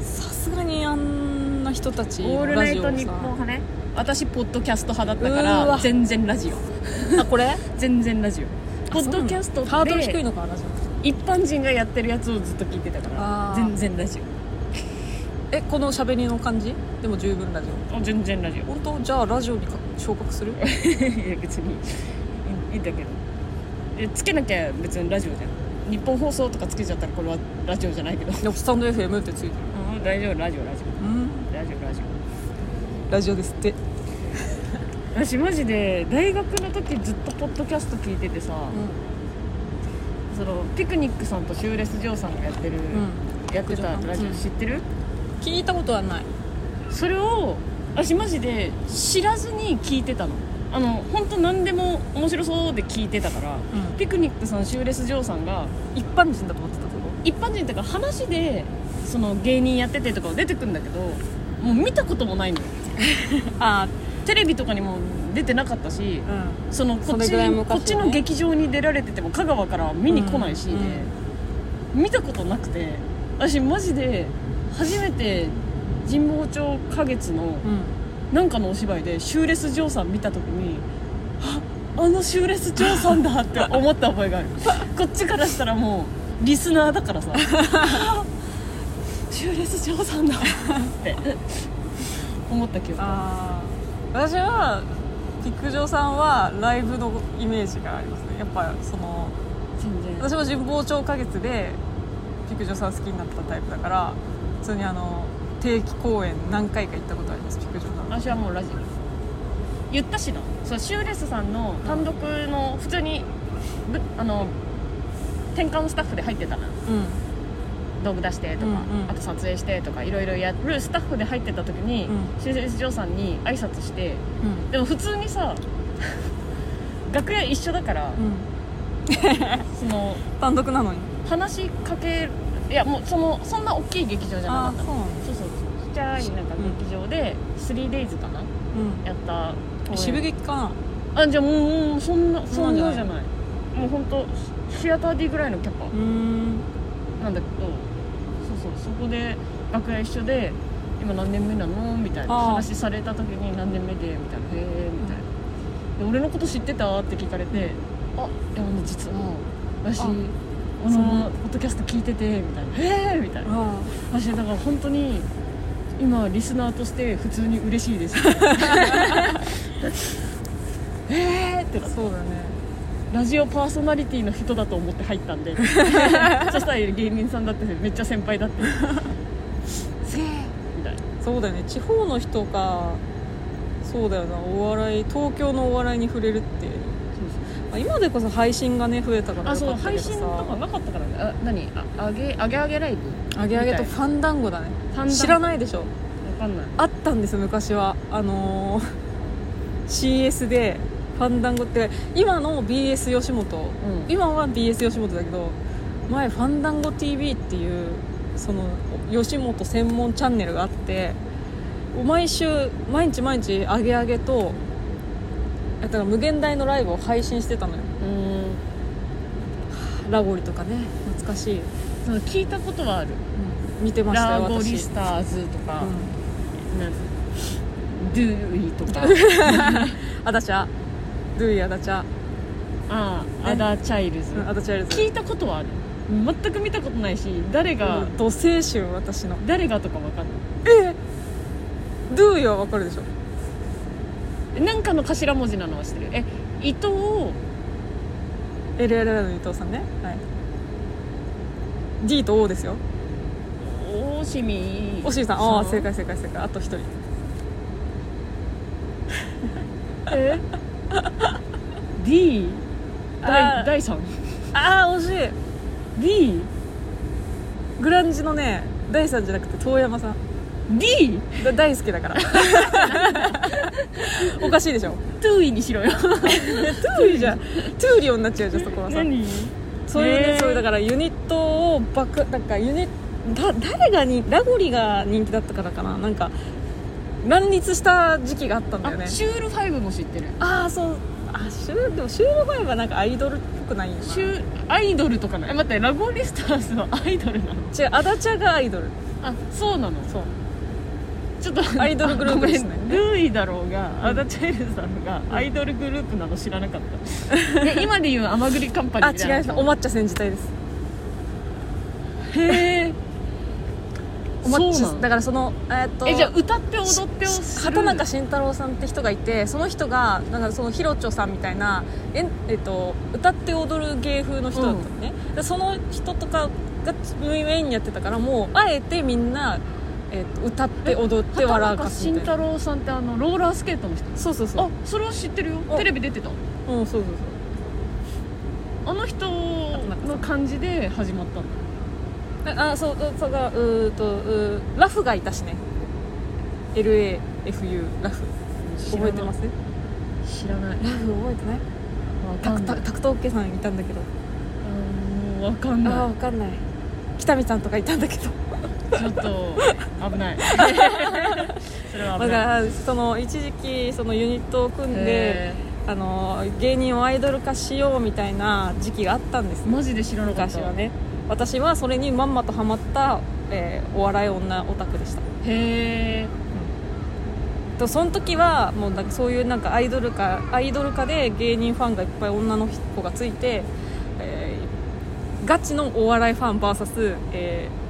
B: さすがにあんな人たちのラジオをさ
C: ね
A: 私ポッドキャスト派だったか
B: うー
A: ら
B: わ
A: 全然ラジオ
B: あこれ
A: 全然ラジオポッドキャスト
B: ハードル低い
A: で
B: のかラジオ
A: 一般人がやってるやつをずっと聞いてたか
B: あ
A: ら
B: ー
A: 全然ラジ
B: えこの喋りの感じでも十分ラジオ
A: オあ全然ラ ジオ
B: 本当じゃあラジオにか昇格 する
A: いや別にいいいいんだけどえつけなきゃ別にラジオじゃん日本放送とかつけちゃったらこれはラジオじゃないけど
B: でもスタンド FM ってついてる
A: うん大丈夫ラジオラジ
B: うん
A: オラジオラジオ
B: ラジオですって
A: 私マジで大学の時ずっとポッドキャスト聞いててさ、そのピクニックさんとシューレス・ジョーさんがやってる、
B: ん
A: やってたラジ
B: う
A: オ
B: ん
A: 知ってる、
B: 聞いたことはない
A: それを私マジで知らずに聞いてたのあの本当何でも面白そうで聞いてたから、
B: うん
A: ピクニックさんシューレス・ジョーさんが
B: 一般人だと思ってたとこ
A: 一般人だから話でその芸人やっててとかも出てくるんだけどもう見たこともないのよ
B: あ
A: テレビとかにも出てなかったし
B: あう
A: そのこ
B: そ
A: っ
B: れ
A: ち
B: ぐらい昔はね
A: こっちの劇場に出られてても香川からは見に来ないし、
B: うん
A: 見たことなくて私マジで初めて神保町花月の
B: んうん
A: なんかのお芝居でシューレス・ジョーさん見た時にああのシューレス・ジョーさんだって思った覚え があるこっちからしたらもうリスナーだからさあシューレス・ジョーさんだ って思った記憶あ
B: あー私は陸上さんはライブのイメージがありますねやっぱその
A: 全然
B: 私も神保町花月で陸上さん好きになったタイプだから普通にあの定期公演何回か行ったことあります陸上さん
A: 私はもうラジオ言ったしなそうシューレスさんの単独の普通にぶあの転換スタッフで入ってたな
B: うん
A: 道具出してとか、
B: うんうん
A: あと撮影してとかいろいろやるスタッフで入ってた時に、
B: う
A: シューレス・ジョーさんに挨拶して
B: うん
A: でも普通にさ 楽屋一緒だから、その
B: 単独なのに
A: 話しかけいやもうそのそんな大きい劇場じゃなかった
B: そうなんだ
A: そうそうそうちっちゃいなんか劇場で 3days かなやった公
B: うん
A: 演
B: 渋劇かな
A: あじゃあもうもうそんな
B: そ
A: そ
B: ん
A: ん
B: な
A: なん
B: じ
A: じ
B: ゃ
A: ゃないもう本当シアター D ぐらいのキャパ
B: うん
A: なんだけど、そうそうそこで楽屋一緒で今何年目なのみたいな
B: あー
A: 話された時に何年目でみたいなへえみたいな、で俺のこと知ってたって聞かれてあいやあの実は私
B: あ
A: こ
B: そ
A: の
B: う
A: ポッドキャスト聞いててみたいなへえみたいな
B: あ
A: 私だから本当に今リスナーとして普通に嬉しい ですえーってな
B: あそうだね
A: ラジオパーソナリティの人だと思って入ったん でそしたら芸人さんだってめっちゃ先輩だって
B: せー
A: みたいな
B: そうだよね地方の人がそうだよなお笑い東京のお笑いに触れるって、まあ、今でこそ配信がね増えたから
A: あ
B: よ
A: そ
B: か
A: う
B: ったけどさ
A: 配信とかなかったからねあ何ああげあげあげライブ
B: あげあげと
A: みたい
B: ファンダンゴだね
A: ファンダンゴ
B: 知らないでしょ
A: わかんない
B: あったんですよ昔はあのー CS でファンダンゴって今の BS 吉本、
A: ん
B: 今は BS 吉本だけど前ファンダンゴ TV っていうその吉本専門チャンネルがあって毎週毎日毎日あげあげとだから無限大のライブを配信してたのよ
A: うん
B: ラゴリとかね懐かしい、
A: その聞いたことはある
B: うん見てました
A: ラ
B: よ
A: ーゴ
B: 私
A: リスターズとか、
B: うん
A: なんドゥーイとか
B: アダチャドゥイアダチャ
A: ああアダーチャイルズ、
B: うんアダチャやる
A: 聞いたことはある全く見たことないし誰が、
B: 土星臭私の
A: 誰がとかわかんない
B: ドゥイはわかるでしょ
A: なんかの頭文字なのは知ってるえ伊藤
B: LLL の伊藤さんねはい D と O ですよ
A: 大清
B: おしりさんああ正解正解正解あと一人
A: え D
B: あー
A: 第第三
B: ああ惜し
A: D
B: いグランジのね第さんじゃなくて遠山さん
A: D
B: だ大好きだから おかしいでしょ
A: トゥーイにしろよ
B: トゥーリじゃんトゥーリオになっちゃうじゃんそこはさ
A: 何
B: そういうね、
A: えー
B: そういうだからユニットを爆なんかユニット誰がにラゴリが人気だったからかななんか乱立した時期があったんだよね
A: あシュールファイブも知ってる
B: ああそうあシューでもシュール前はなんかアイドルっぽくないよな
A: シューアイドルとかなえ待ってラゴリスターズのアイドルなの
B: 違うアダチャがアイドル
A: あそうなの
B: そう
A: ちょっと
B: アイドルグループですね
A: あごめんルーイだろうがアダチャイルズだろうがアイドルグループなの知らなか ったえ今で言う甘栗カンパニ
B: あ
A: ーみたいな
B: 違いますお抹茶戦時隊です
A: へえ
B: お
A: そ
B: 抹
A: う
B: 茶
A: なの
B: だからそのえーっと
A: えじゃあ歌って踊ってをする
B: 畑中慎太郎さんって人がいてその人がなんかそのヒロチョさんみたいなえん、えっと、歌って踊る芸風の人だったのね、でその人とかがメインにやってたからもうあえてみんな、えっと、歌って踊って
A: 畑
B: 笑うか
A: 中
B: す
A: 慎
B: みたい
A: 太
B: な
A: 郎さんってあのローラースケートの人
B: そうそうそう
A: あそれは知ってるよ
B: お
A: テレビ出てた
B: うんそうそうそう
A: あの人の感じで始まったんだ
B: ああそうそうだうーとうーラフがいたしね LAFU ラフ覚えてます
A: 知らない
B: ラフ覚えてない
A: わ
B: タ
A: か
B: ク
A: んな
B: タ
A: い
B: クトッケさんいたんだけど
A: あーもうわかん
B: ああ
A: な
B: わかんない北見さんとかいたんだけど
A: いちょっと危 ないそれは
B: だ
A: 危
B: か
A: ない
B: らその一時期そのユニットを組んで
C: へ
B: あの芸人をアイドル化しようみたいな時期があったんですね
A: マジで知らなかっ
B: 昔
A: た
B: はね私はそれにまんまとハマった、えーお笑い女オタクでした
A: へえ
B: とその時はもうなんかそういうなんかアイドル化アイドル化で芸人ファンがいっぱい女の子がついて、えーガチのお笑いファン VS、えー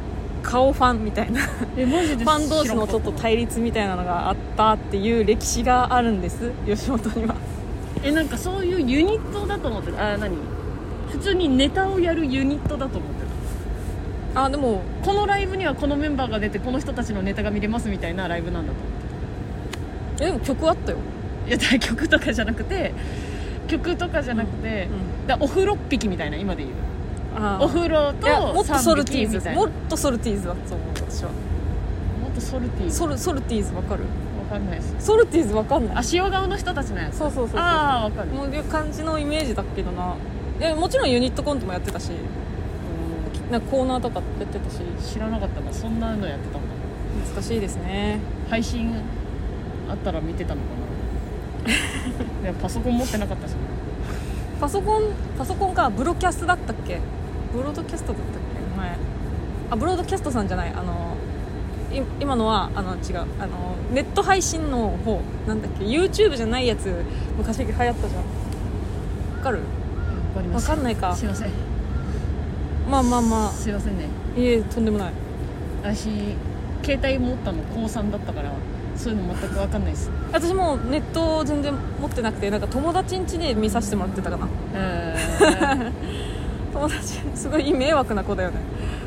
B: 顔ファンみたいなフ
A: えマジで
B: ァン同士のちょっと
A: 知らなか
B: 対立みたいなのがあったっていう歴史があるんです吉本には
A: たえなんかそういうユニットだと思ってたあー何普通にネタをやるユニットだと思ってた
B: あでも
A: このライブにはこのメンバーが出てこの人たちのネタが見れますみたいなライブなんだと思っ
B: えでも曲あったよ、
A: ていや対局とかじゃなくて曲とかじゃなくて、だお風呂っ引きみたいな今で言う
B: あー
A: お風呂
B: いやも
A: と
B: っとソルティ
A: 三匹み
B: ーズ
A: たいな
B: もっとソルティーズだと思う私は
A: もっとソルティーズ
B: ソルソルティーズわかる
A: わかんないです
B: ソルティーズわかんない
A: あ塩顔の人たちのやつ
B: そうそうそうそう
A: ああわかる
B: もういう感じのイメージだけどなえもちろんユニットコントもやってたしなんかコーナーとかやってたし
A: 知らなかったなそんなのやってたんだ
B: 難しいですね
A: 配信あったら見てたのか ないやパソコン持ってなかったし
B: パソコンパソコンかブロキャストだったっけブロードキャストだったっけ前あブロードキャストさんじゃないあのい今のはあの違うあのネット配信の方なんだっけ YouTube じゃないやつ昔流行ったじゃんわかる
A: わかり
B: わ
A: ま
B: かんないか
A: すいません
B: まあまあまあ
A: すいませんね
B: いえとんでもない
A: 私携帯持ったの高3だったからそういうの全くわかんないです
B: 私もネットを全然持ってなくてなんか友達ん家で見させてもらってたかな
A: え
B: 友達すごい迷惑な子だよね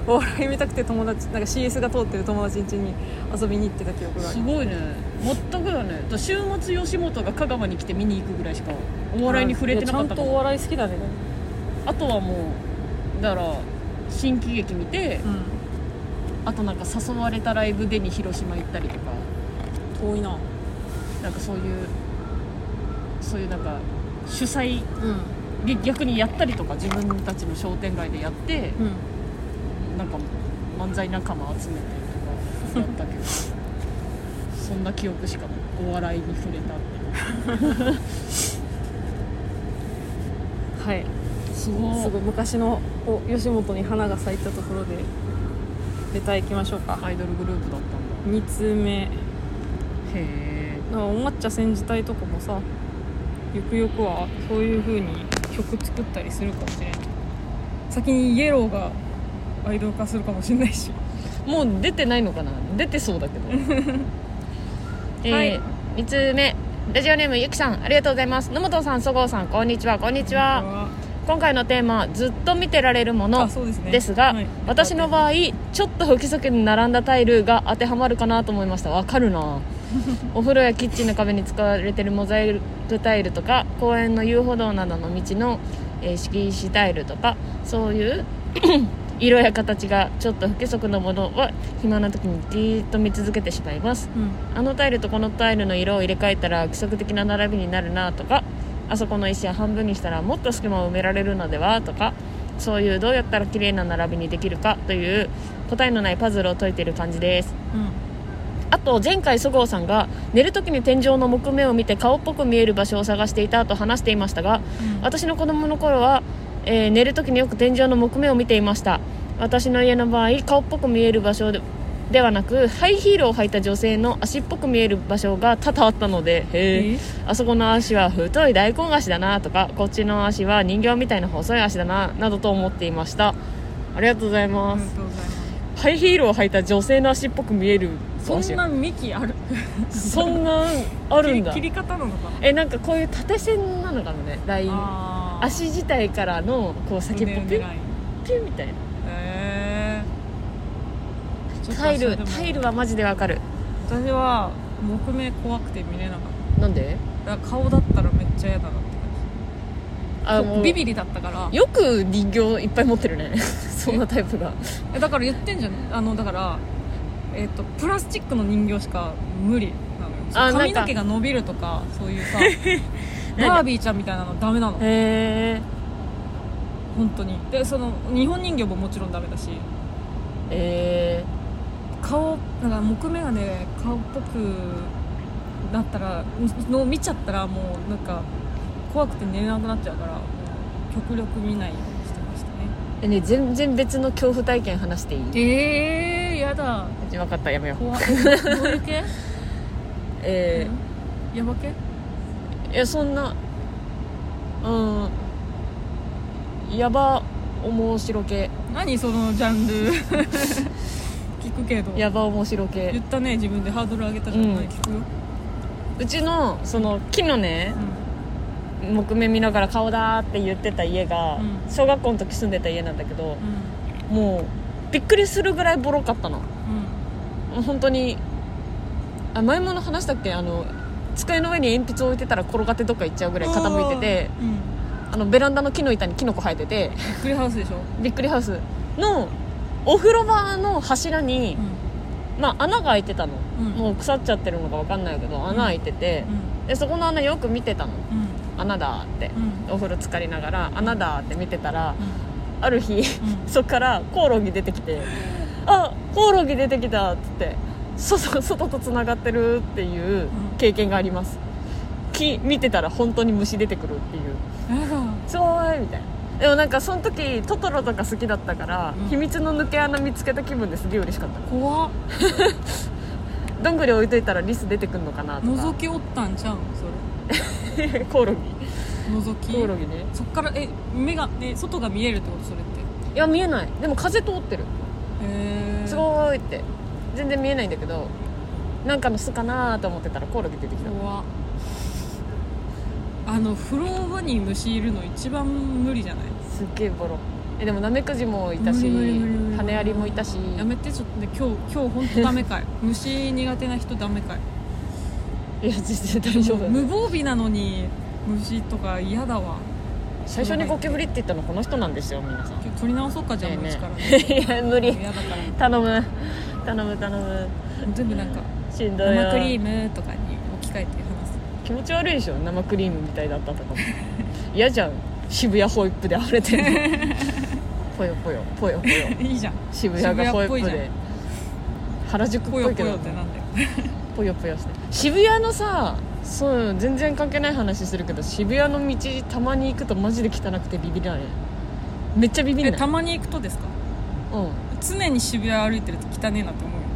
B: お笑い見たくて友達なんか CS が通ってる友達ん家に遊びに行ってた記憶
A: ー、
B: があ
A: す
B: る
A: ごいね全くだねと週末吉本が香川に来て見に行くぐらいしかお笑いに触れてなかった
B: ちゃ
A: か
B: んとお
A: ら
B: 笑い好きだね
A: あとはもうだから新喜劇見て
B: う
A: あとなんか誘われたライブでに広島行ったりとか
B: ん遠いな
A: なんかそういうそういうなんか主催
B: うん
A: で逆にやったりとか自分たちの商店街でやって
B: うん
A: なんか漫才仲間集めてとかやっ たけどそんな記憶しかないお笑いに触れたって
B: はい
A: すごい
B: すごい昔のお吉本に花が咲いたところでネタ行きましょうか
A: アイドルグループだったんだ
B: 2通目
A: へえ
B: なんかお抹茶煎じ隊とかもさゆくゆくはそういう風に曲作ったりするかもしれない先にイエローがアイドル化するかもしれないし
A: もう出てないのかな出てそうだ けど
C: えー、3つ目ラジオネームゆきさんありがとうございます野本さんそごうさんこんにちはこんにちは今回のテーマずっと見てられるもの
B: あそうですね
C: ですが、
B: はい
C: 私の場合ちょっと不規則に並んだタイルが当てはまるかなと思いましたわかる なお風呂やキッチンの壁に使われてるモザイクタイルとか公園の遊歩道などの道の、えー敷石タイルとかそういう 色や形がちょっと不規則なものは暇な時にじーっと見続けてしまいます
B: うん
C: あのタイルとこのタイルの色を入れ替えたら規則的な並びになるなとかあそこの石を半分にしたらもっと隙間を埋められるのではとかそういうどうやったら綺麗な並びにできるかという答えのないパズルを解いている感じですあと前回そごうさんが寝る時に天井の木目を見て顔っぽく見える場所を探していたと話していましたが
B: うん
C: 私の子供の頃は、えー寝る時によく天井の木目を見ていました私の家の場合顔っぽく見える場所でではなくハイヒールを履いた女性の足っぽく見える場所が多々あったのでへえあそこの足は太い大根足だなとかこっちの足は人形みたいな細い足だななどと思っていましたありがとうござい
B: あ
C: ま
B: り
C: す
B: が、とうございま
C: ハイヒールを履いた女性の足っぽく見える
B: すそんな幹ある
C: そんなんあるんだ
B: 切り切り方なのかな
C: えなんかこういう縦線なのかもねライン
B: あー
C: 足自体からのこう先っぽ
B: 胸
C: ピュ
B: 狙
C: ッ
B: い
C: ピュッみたいな
B: へー
C: タイル
B: ちょっとそ
C: タ
B: れ
C: イ
B: で
C: ル
B: も
C: はマジでわかる
B: 私は木目怖くて見れなかっ
C: なんで
B: ただから顔だったらめっちゃ嫌だなって
C: あ
B: 感
C: も
B: じ
C: う
B: ビビりだったから
C: よく人形いっぱい持ってるね そんなタイプ が
B: えだから言ってんじゃんあのだからえっ、とプラスチックの人形しか無理なのよそう
C: あなんか
B: 髪の毛が伸びるとかそういう さバービーちゃんみたいなのダメなの
C: へ
B: 本当にでその日本人形ももちろんダメだし
C: ええ
B: 顔なんか木目がね顔っぽくなったらのを見ちゃったらもうなんか怖くて寝れなくなっちゃうからもう極力見ないようにしてましたね
A: えね全然別の恐怖体験話していい
B: ええー、やだ
A: 分かったやめよう
B: 怖いどういう 系
A: え
B: ヤバ系
A: ー、いやそんなうんやば面白系
B: 何そのジャンル 聞くけど
A: やば面白
B: 言
A: 系
B: ったね自分でハードル上げたじゃない、
A: うん
B: 聞くよ、
A: うちのその木のね木目見ながら顔だーって言ってた家が、
B: うん
A: 小学校の時住んでた家なんだけど
B: うん
A: もうびっくりするぐらいボロかったのもう本当にあ前もの話したっけあの机の上に鉛筆置いてたら転がってどっか行っちゃうぐらい傾いてて
B: うん、うん、
A: あのベランダの木の板にキノコ生えてて
B: びっくりハウスでしょ、
A: びっくりハウスのお風呂場の柱に、
B: う
A: まあ、穴が開いてたの、
B: んうん
A: もう腐っちゃってるのか分かんないけど穴開いてて、でそこの穴よく見てたの
B: うん
A: 穴だーって
B: うんうん
A: お風呂浸かりながら穴だーって見てたらある日
B: うん
A: そっからコオロギ出てきて「あコオロギ出てきた」っつって外 外とつながってるっていう経験があります木見てたら本当に虫出てくるっていう
B: やだ
A: すごいみたいなでもなんかその時トトロとか好きだったから、
B: うん
A: 秘密の抜け穴見つけた気分ですげえ嬉しかった
B: 怖っ
A: どんぐり置いといたらリス出てくるのかなとか
B: 覗きおったんちゃうんそれ
A: コオロギ
B: 覗き
A: コオロギね
B: そっからえ目がえ外が見えるってことそれって
A: いや見えないでも風通ってる
B: へえ
A: す
B: い
A: ごーいって全然見えないんだけどなんかの巣かなーと思ってたらコオロギ出てきた
B: 怖っあの風呂場に虫いるの一番無理じゃない
A: すっげえボロえでもナメクジもいたし
B: 無理無理無理無理
A: 羽アリもいたし
B: やめてちょっとね今日今日本当ダ メかい虫苦手な人ダメかい
A: いや全然大丈夫
B: 無防備なのに虫とか嫌だわ
A: 最初にゴキブリって言ったのこの人なんですよ皆さん
B: 今日取り直そうかじゃあ
A: ねえ
B: もう
A: ね
B: 一から
A: いや無理
B: 嫌だから
A: 頼む頼む頼む
B: 全部なんか
A: しんどい
B: 生
A: わ
B: クリームとかに置き換えて話す
A: 気持ち悪いでしょ生クリームみたいだったと かも嫌じゃん渋谷ホイップで荒れてる のぽよぽよぽよぽよ
B: いいじゃん
A: 渋谷がホイップ
B: 渋谷っぽいじゃ
A: で原宿っぽ
B: ぽ
A: い
B: よぽ
A: け
B: よ
A: ど
B: ってなんだよ
A: ぽよぽよして渋谷のさそう全然関係ない話するけど渋谷の道たまに行くとマジで汚くてビビらないめっちゃビビん
B: え
A: ない
B: たまに行くとですか
A: うん
B: 常に渋谷歩いてると汚ねえなって思うよ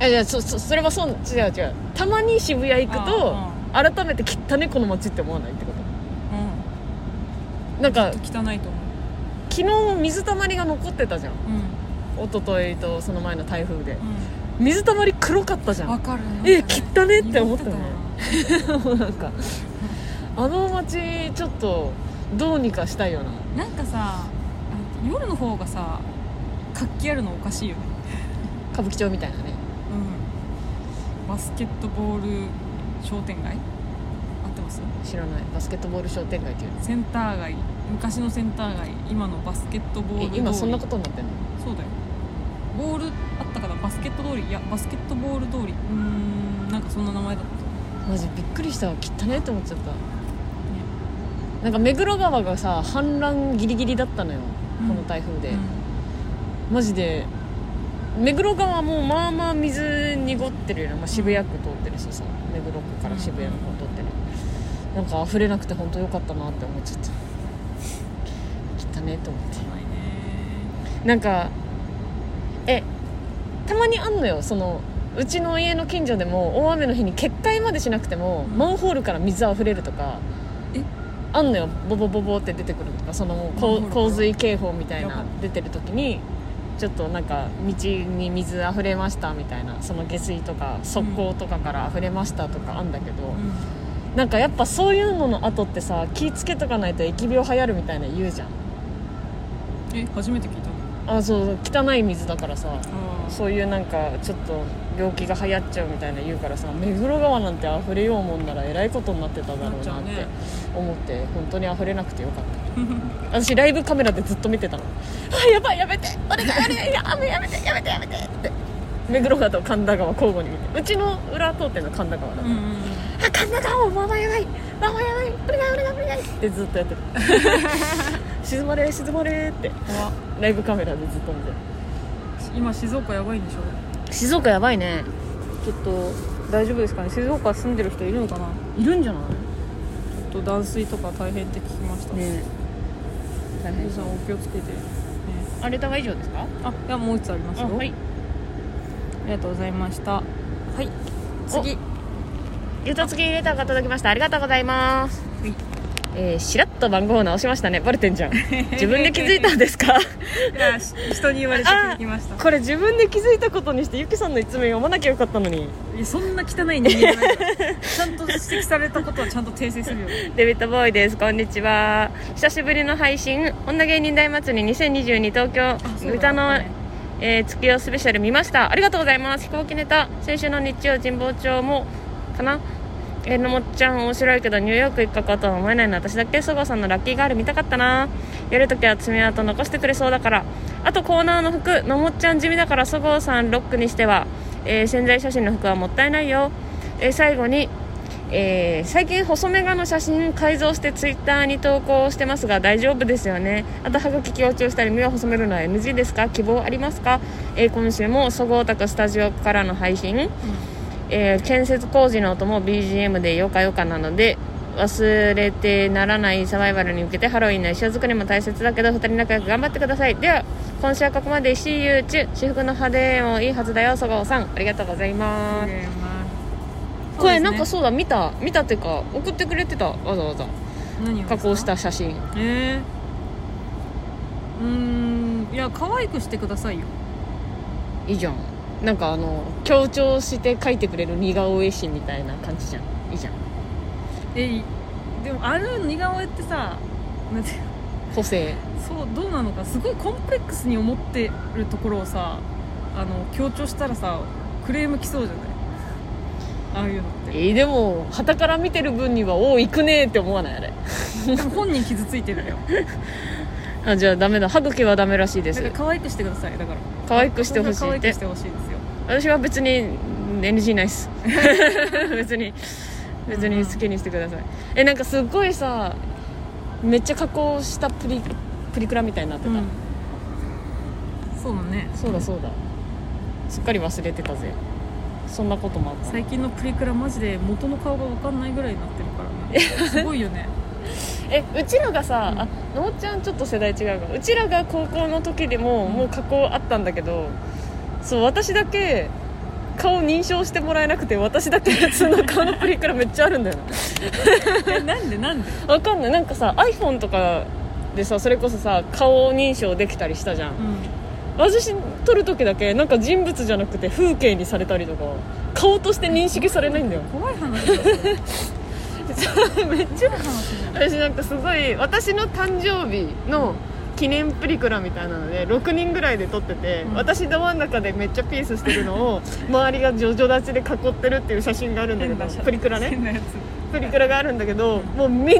A: えいやそそそれはそう違う違うたまに渋谷行くと改めて汚ねこの街って思わないってこと
B: う
A: なんか
B: ん、うん、汚いと思
A: 昨日水たまりが残ってたじゃん
B: ううん
A: 一昨日とその前の台風で水たまり黒かったじ
B: う
A: ゃ
B: んわ
A: ん
B: かる
A: え汚ねって思ったね
B: ね
A: も うなんかあの街ちょっとどうにかしたいよな
B: なんかさあ夜の方がさ活気あるのおかしいよね
A: 歌舞伎町みたいなね
B: うんバスケットボール商店街合ってます
A: 知らないバスケットボール商店街っていうの
B: センター街昔のセンター街今のバスケットボール通
A: え
B: り
A: 今そんなことになってんの
B: そうだよボールあったからバスケット通りいやバスケットボール通りうーんなんかそんな名前だった
A: マジびっくりしたわ汚ねって思っちゃったなんか目黒川がさ氾濫ギリギリだったのよ、
B: うん
A: この台風で、
B: うん
A: マジで目黒川もまあまあ水濁ってるよね、まあ、渋谷区通ってるしさ目黒区から渋谷の方通ってる、なんか溢れなくて本当良かったなって思っちゃった汚ねって思って
B: ないね
A: なんかえたまにあんのよそのうちの家の近所でも大雨の日に決壊までしなくても、
B: うん
A: マンホールから水あふれるとか
B: え
A: あんのよボボボボって出てくるとかそのもう
B: マンホ
A: 洪
B: ールから
A: 洪水警報みたい
B: やば
A: な出てる時にちょっとなんか道に水あふれましたみたいなその下水とか側溝とかからあふれましたとかあんだけど、
B: うん
A: なんかやっぱそういうのの後ってさ気ぃつけとかないと疫病流行るみたいな言うじゃん
B: え初めて聞いた
A: あそう汚い水だからさ、
B: あ
A: そういうなんかちょっと病気が流行っちゃうみたいな言うからさ目黒川なんて溢れようもんならえらいことになってただろうなっ
B: なっちゃう
A: て
B: ね
A: 思って本当に溢れなくてよかっ
B: う
A: た私ライブカメラでずっと見てたの「あやばいやめてお願いやめてやめてやめてやめてやめて」って目黒川と神田川交互に見てうちの裏通ってんの神田川だから、
B: んうんうん
A: あ神田川ママやばいママやばいお願いお願いお願いってずっとやってる静まれ静まれって
B: 怖っ
A: ライブカメラでずっと見てる
B: 今静岡やばいんでしょ
A: 静岡やばいね
B: ちょっと大丈夫ですかね静岡住んでる人いるのかない
A: るんじゃない
B: ちょっと断水とか大変って聞きました
A: ね大
B: 皆
A: 変
B: さんお気をつけて、ね、
A: あレターは以上ですか
B: あいやもう一つあります
A: あ
B: よ
A: はい
B: ありがとうございましたはい次
A: ゆたつきレターが届きましたありがとうございます
B: はい
A: えー、しらっと番号を直しましたねバレてんじ ゃん自分で気づいたんですか
B: いやし人に言われて気づき ました
A: これ自分で気づいたことにしてゆきさんの一面読まなきゃよかったのに
B: いやそんな汚い人間じゃないからちゃんと指摘されたことはちゃんと訂正するよ
A: デビットボーイですこんにちは久しぶりの配信女芸人大祭り2022東京歌の、えー月夜スペシャル見ましたありがとうございます飛行機ネタ先週の日曜神保町もかなえーのもっちゃん面白いけどニューヨーク行くかとは思えないの私だけそごさんのラッキーガール見たかったなやるときは爪痕残してくれそうだからあとコーナーの服のもっちゃん地味だからそごさんロックにしては、えー潜在写真の服はもったいないよ、えー最後にえー最近細メガの写真改造してツイッターに投稿してますが大丈夫ですよねあと歯茎強調したり目を細めるのは NG ですか希望ありますか、えー今週もそごうたくスタジオからの配信、えー建設工事の音も BGM でよかよかなので忘れてならないサバイバルに向けてハロウィンの衣装作りも大切だけど二人仲良く頑張ってくださいでは今週はここまで See you 中私服の派手もいいはずだよそごうさんありがとうございます、これなんかそうだ見た見たっていうか送ってくれてたわざわざ加工した写真
B: えー、うーんいや可愛くしてくださいよ
A: いいじゃんなんかあの強調して書いてくれる似顔絵師みたいな感じじゃんいいじゃん
B: えいでもある似顔絵ってさなんて
A: 個性
B: そうどうなのかすごいコンプレックスに思ってるところをさあの強調したらさクレーム来そうじゃないああいうの
A: え
B: って
A: ーでも旗から見てる分にはおお行くねーって思わないあれ
B: でも本人傷つい てるよ
A: あじゃあダメだ歯茎はダメらしいで
B: だ
A: す
B: から可愛くしてくださいだから
A: 可愛くしてほし
B: そん
A: いっ
B: な可愛く
A: て
B: してほしいですよ
A: 私は別に NG ないっ す別に別に好きにしてくださいえなんかすっごいさめっちゃ加工したプリプリクラみたいになってた、
B: そうだね
A: そうだそうだすっかり忘れてたぜそんなこともあった
B: 最近のプリクラマジで元の顔が分かんないぐらいになってるからねすごいよね
A: えうちらがさ、
B: うん
A: あのもっちゃんちょっと世代違うからうちらが高校の時でももう加工あったんだけどそう私だけ顔認証してもらえなくて私だけ普通の顔のプリクラめっちゃあるんだよ
B: えなんでなんで
A: なわかんないなんかさ iPhone とかでさそれこそさ顔認証できたりしたじゃん
B: う
A: 私撮る時だけなんか人物じゃなくて風景にされたりとか顔として認識されない んだよ
B: ん怖い 話だよそれ
A: めっちゃ
B: 怖い話じゃん
A: 私なんかすごい私の誕生日の記念プリクラみたいなので6人ぐらいで撮ってて、
B: うん
A: 私ど真ん中でめっちゃピースしてるの を周りがジョジョ立ちで囲ってるっていう写真があるんだけ
B: 変な
A: どプリクラね
B: 変なやつ
A: プリクラがあるんだけどもうみん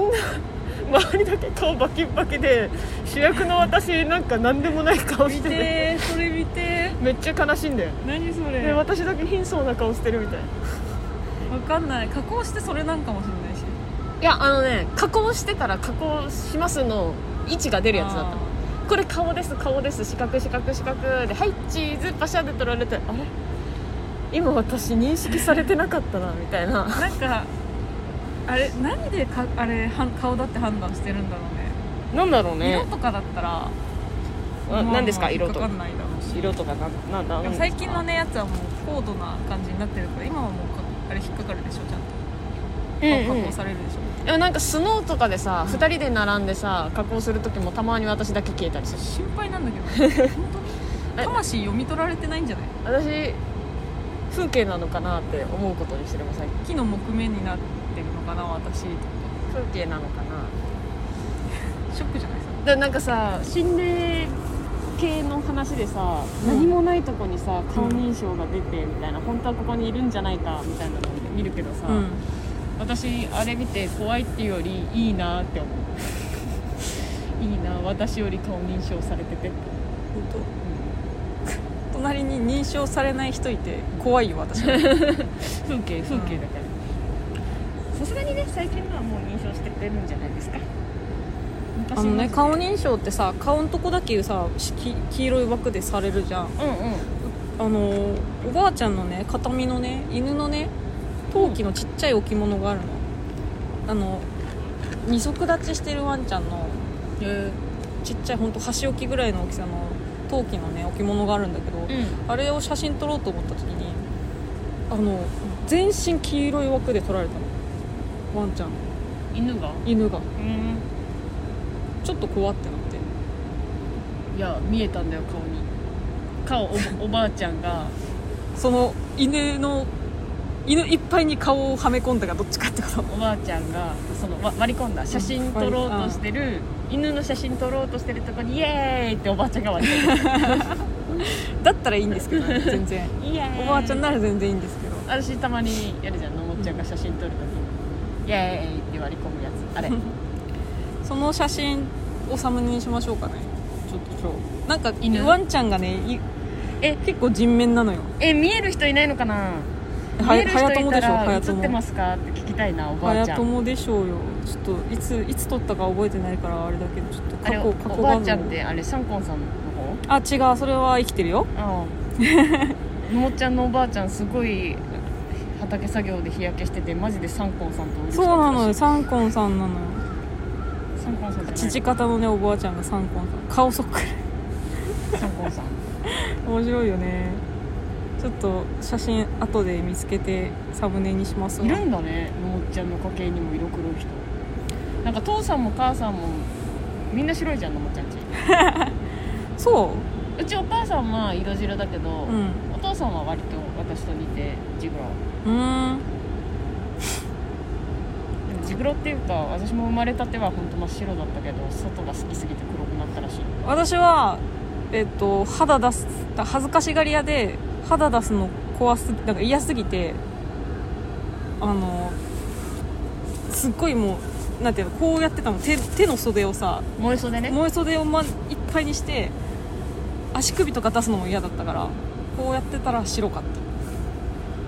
A: な周りだけ顔バキバキで主役の私なんか何でもない顔し
B: 見
A: てて
B: てーそれ見てー
A: めっちゃ悲しいんだよ
B: 何そ
A: で
B: れわ
A: 私だけ貧相な顔してるみたいな
B: かんない加工してそれなんかもしれないし
A: いやあのね加工してたら加工しますの位置が出るやつだったこれ顔です顔です四角四角四角で「はいチーズパシャ」で取られて「あれ今私認識されてなかった な」みたいな
B: たなんかあれ何でかあれはん顔だって判断してるんだろう
A: なんだろう
B: ね色とかだったらま
A: あ
B: あまあ
A: 何ですか色と
B: 引
A: か
B: っかかんないだろうし
A: 色とかななんだ
B: でも最近のねやつはもう高度な感じになってるから今はもうかあれ引っかかるでしょちゃんと、
A: うんうん
B: 加工されるでしょ
A: でもなんかスノーとかでさ2人で並んでさ加工する時もたまに私だけ消えたりする
B: 心配なんだ けど本当
A: え
B: に魂読み取られてないんじゃない
A: 私風景なのかなって思うことにしてるもん最近
B: 木の木目になってるのかな私シ
A: 風景なのかな
B: ョックじゃないですか
A: でなんかさ心霊系の話でさ、
B: うん
A: 何もないとこにさ顔認証が出てみたいな本当はここにいるんじゃないかみたいなの見るけどさ、私あれ見て怖いっていうよりいいなって思う いいな私より顔認証されててって
B: 本当隣に認証されない人いて怖いよ私は
A: 風景風景だからさすがにね最近のはもう認証してくれるんじゃないですか
B: あのね顔認証ってさ顔のとこだけさしき黄色い枠でされるじゃん
A: うんうん
B: あのおばあちゃんのね形見のね犬のね陶器のちっちゃい置物があるの、あの二足立ちしてるワンちゃんのちっちゃいほんと箸置きぐらいの大きさの陶器のね置物があるんだけど、
A: うん
B: あれを写真撮ろうと思った時にあの全身黄色い枠で撮られたのワンちゃん
A: 犬が
B: 犬が
A: うん
B: ちょっと怖ってなって
A: いや見えたんだよ顔に顔お おばあちゃんが
B: その犬の犬いっぱいに顔をはめ込んだがどっちかってこと
A: おばあちゃんがそのわ割り込んだ写真撮ろうとしてる犬の写真撮ろうとしてるとこにイエーイっておばあちゃんが割り込んだ
B: だったらいいんですけど ね全然
A: イエーイ
B: おばあちゃんなら全然いいんですけど
A: 私たまにやるじゃんのもっちゃんが写真撮るときにイエーイって割り込むやつあ れ
B: その写真をサムネにしましょうかねちょっと今日なんか
A: 犬
B: ワンちゃんがねい
A: え
B: 結構人面なのよ
A: え見える人いないのかな見
B: は
A: える人い
B: 友
A: た
B: でしょ
A: ら映
B: 早
A: っ
B: 友
A: てますかって聞きたいなおばあち
B: 早
A: ゃん
B: 友でしょうよちょっといついつ撮ったか覚えてないからあれだけどちょっと
A: あ
B: 過
A: れ
B: 去
A: お
B: 過去
A: ばあちゃんってあれシャンコンさんの方
B: あ違うそれは生きてるよ
A: ああのもっちゃんのおばあちゃんすごい畑作業で日焼けしててマジでサンコンさんと同じ
B: そう
A: 人
B: な
A: だ
B: のよ
A: ったらし
B: サンコンさんなのよ
A: いサンコンさんじゃない
B: 父方のねおばあちゃんがサンコンさん顔そっくり
A: サンコンさん
B: 面白いよねちょっと写真後で見つけてサムネにしますわ
A: いるんだねのもっちゃんの家系にも色黒い人なんか父さんも母さんもみんな白いじゃんのもっちゃんち
B: そう
A: ちお母さんは色白だけど、
B: ううん
A: お父さんは割と私と似てジグロ
B: うーん
A: でもジグロっていうか私も生まれたては本当真っ白だったけど外が好きすぎて黒くなったらしい
B: 私はえっと肌出す恥ずかしがり屋で肌出すの怖すなんか嫌すぎてあのすっごいもうなんていうのこうやってたの手手の袖をさ
A: 燃え袖ね
B: 燃え袖を、ま、いっぱいにして足首とか出すのも嫌だったからこうやってたら白かった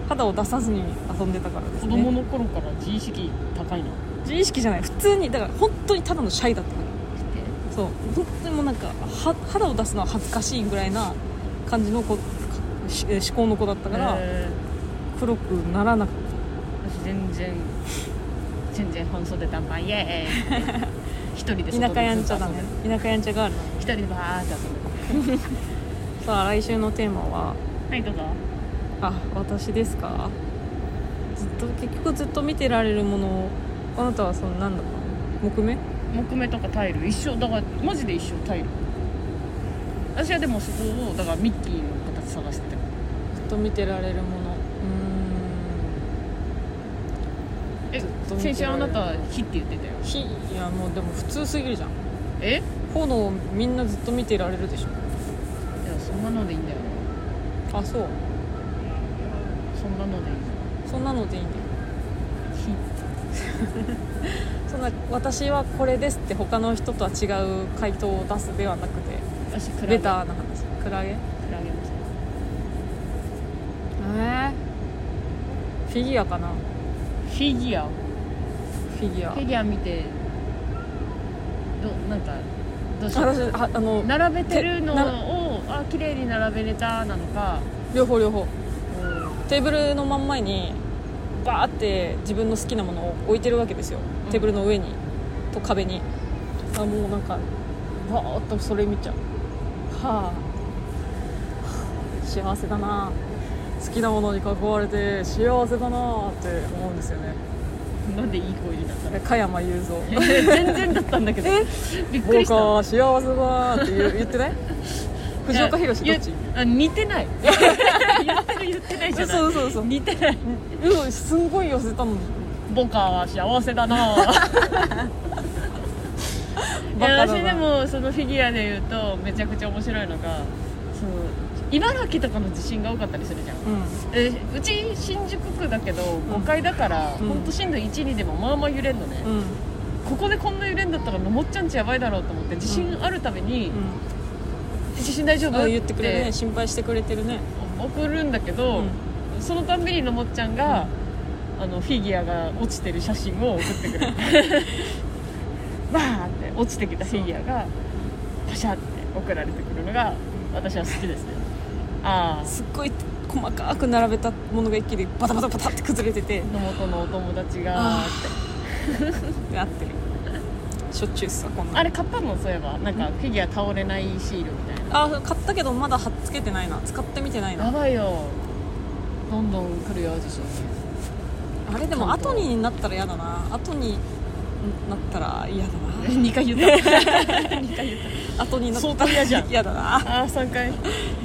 B: 肌を出さずに遊んでたからです
A: 子
B: ね
A: 供の頃から自意識高いな
B: 自意識じゃない普通にだから本当にただのシャイだったからそう本当にもうなんかは肌を出すのは恥ずかしいぐらいな感じの子かしえー思考の子だった
A: だ
B: か
A: から、
B: ら黒くならなくて
A: 私全然全然半袖短パンイエーイって 一人で
B: 田舎やんちゃ
A: だ
B: だね田舎やんちゃがあるの
A: 一人でバーって遊んで
B: さあ来週のテーマは
A: たはいどうぞ
B: あ私ですかずっと結局ずっと見てられるものをあなたはそのなんだか木目
A: 木目とかタイル一緒だからマジで一緒タイル私はでもそこをだからミッキーの形探してた
B: ずっと見てられるものう
A: え
B: と見てられる
A: 先週あなた火って言ってたよ
B: ーん火いやもうでも普通すぎるじゃん
A: えいや
B: 炎をみんなずっと見てられるでしょ
A: そんなのでいいんだよ
B: あそう
A: そんなのでいい
B: そんなのでいいんだよ
A: 火
B: そんな私はこれですって他の人とは違う回答を出すではなくて
A: 私クラゲ
B: ベターな話クラゲ
A: クラゲも
B: えフィギュアかな
A: フィギュア
B: フィギュア
A: フィギュア見てどなんかどうしよ
B: 私
A: う
B: ああの
A: 並べてるの
B: てな
A: をあ綺麗に並べれたなのか
B: 両方両方
A: う
B: テーブルの真ん前にバーって自分の好きなものを置いてるわけですよテーブルの上にと壁にあもうなんかバーっとそれ見ちゃうはあはあ幸せだな好きなものに囲われて幸せだなって思うんですよね
A: んなんでいい声になったの
B: え加山雄三
A: 全然だったんだけど
B: え
A: びっくり
B: 僕
A: した
B: は幸せだって言う言って ない藤岡弘どっち
A: いやあ似てない 言ってる言ってないじゃない
B: そうそうそう
A: 似てない
B: うんすんごい寄せたのに
A: 僕は幸せだ ない
B: バ
A: や
B: カだな
A: 私でもそのフィギュアで言うとめちゃくちゃ面白いのがその茨城とかの地震が多かったりするじゃん
B: うん
A: えうち新宿区だけど5階だから、
B: うん
A: ほんと震度12でもまあまあ揺れんのね、
B: うん
A: ここでこんな揺れんだったらのもっちゃんちやばいだろうと思って地震あるたびに「地震大丈
B: うん
A: 夫?」
B: あ言ってくれるね心配してくれてるね
A: 送るんだけど、そのたんびにのもっちゃんが、あのフィギュアが落ちてる写真を送って くれるバーって落ちてきたフィギュアがパシャって送られてくるのが私は好きですね
C: あ
B: すっごい細かく並べたものが一気にバタバタバタって崩れてて
A: 野本のお友達が
B: あーって合ってるしょっちゅうっすわこんな
A: あれ買ったのそういえばなんかフィギュア倒れないシールみたいな
B: あー買ったけどまだ貼っつけてないな使ってみてない
A: や
B: な
A: ばいよどんどん来るよ自信
B: あれでも後になったら嫌だな後になったら嫌だな
A: 2回言った
B: 後になった
A: 相当
B: ら
A: 嫌じゃん
B: 嫌だ な
A: ああ3回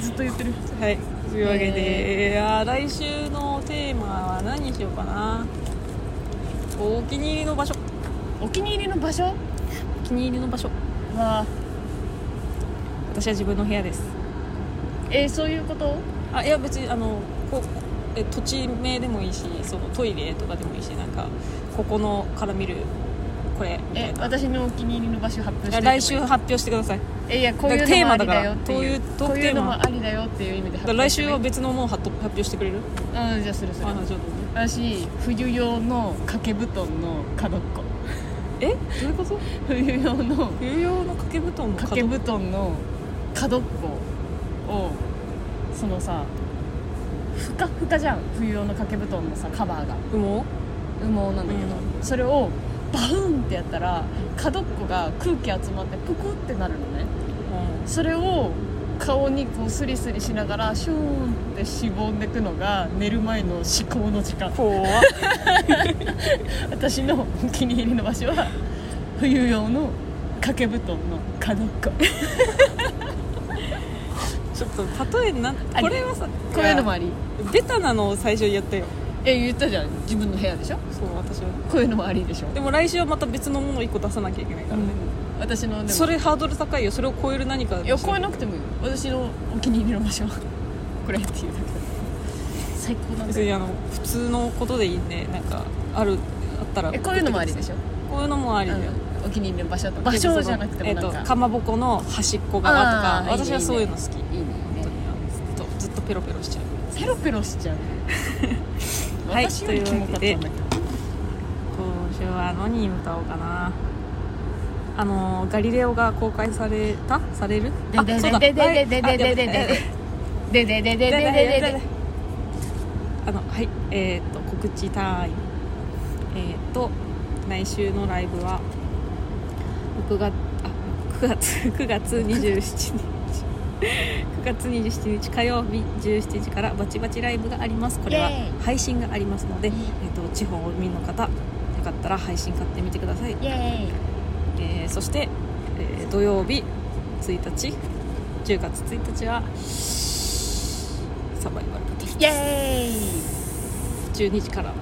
A: ずっと言ってる
B: はいというわけで、いやー来週のテーマは何にしようかなお気に入りの場所
A: お気に入りの場所
B: お気に入りの場所
A: は
B: 私は自分の部屋です
A: えー、そういうこと
B: あいや別にあのこえ土地名でもいいしそのトイレとかでもいいしなんかここのから見るこれみた
A: え
B: いな
A: 私のお気に入りの場所発表
B: い
A: しておいても
B: や
A: いい
B: 来週発表してください
A: えいやこういう
B: テー
A: のもあ
B: マだ
A: り
B: か
A: だよ
B: ら
A: っていう
B: こういうトーク
A: こういうの
B: テーマ
A: もありだよっていう意味で
B: だ
A: 発
B: から
A: 表
B: 来
A: して
B: 週
A: も
B: は別のものを発発表してくれる
A: うんじゃあするする
B: あちょっとね
A: 私冬用の掛け布団の角っこ
B: えどういうこと
A: 冬用の
B: 冬用の掛け布団の
A: 掛
B: 角
A: け布団の角っこをそのさふかふかじゃん冬用の掛け布団のさカバーが
B: 羽
A: 羽毛なんだけど、それをバウンってやったら角っこが空気集まってプクってなるのね
B: 毛
A: それを顔にこうスリスリしながらシューンってしぼんでくのが寝る前の思考の時間
B: うん怖っ
A: 私のお気に入りの場所は冬用の掛け布団の角っこ
B: ちょっと例えなん
A: あり
B: これはさ
A: こういうのもあり
B: ベタなのを最初やったよ
A: え言ったじゃん自分の部屋でしょ
B: そう私は
A: こういうのもありでしょ
B: でも来週はまた別のものを1個出さなきゃいけないからね、
A: 私のでも
B: それハードル高いよそれを超える何か
A: いや超えなくてもいいよ私のお気に入りの場所はこれっていうだけ最高なんだ
B: 別に
A: よ
B: あの普通のことでいいんでなんかあるあったら
A: えこういうのもありでしょ
B: こういうのもありだよ、
A: うんお気に入りの場所と場所じゃなくてもなん
B: えっ
A: か、
B: と、かまぼこの端っこ側とか
A: あーいいね
B: 私はそういうの好き
A: いいねいいね
B: ずっとずっとペロペロしちゃう
A: ペロペロしちゃう
B: はい
A: 私よりキモかったんだけど、
B: 今週は何歌おうかなあのガリレオが公開されたされるあ
C: でで
B: そうだ
C: でで
B: はい
C: でで
B: あやべ
C: ででででででででで
B: で
C: でで
B: あのはいえーっと告知タイムえーっと来週のライブは6月あ9月9月27日9月27日火曜日17時からバチバチライブがありますこれは
C: イエー
B: 配信がありますので、えーっと地方民の方よかったら配信買ってみてください
C: イエ
B: えーそして、えー土曜日1日10月1日はサバイバル
C: ーイイエー
B: 12時から、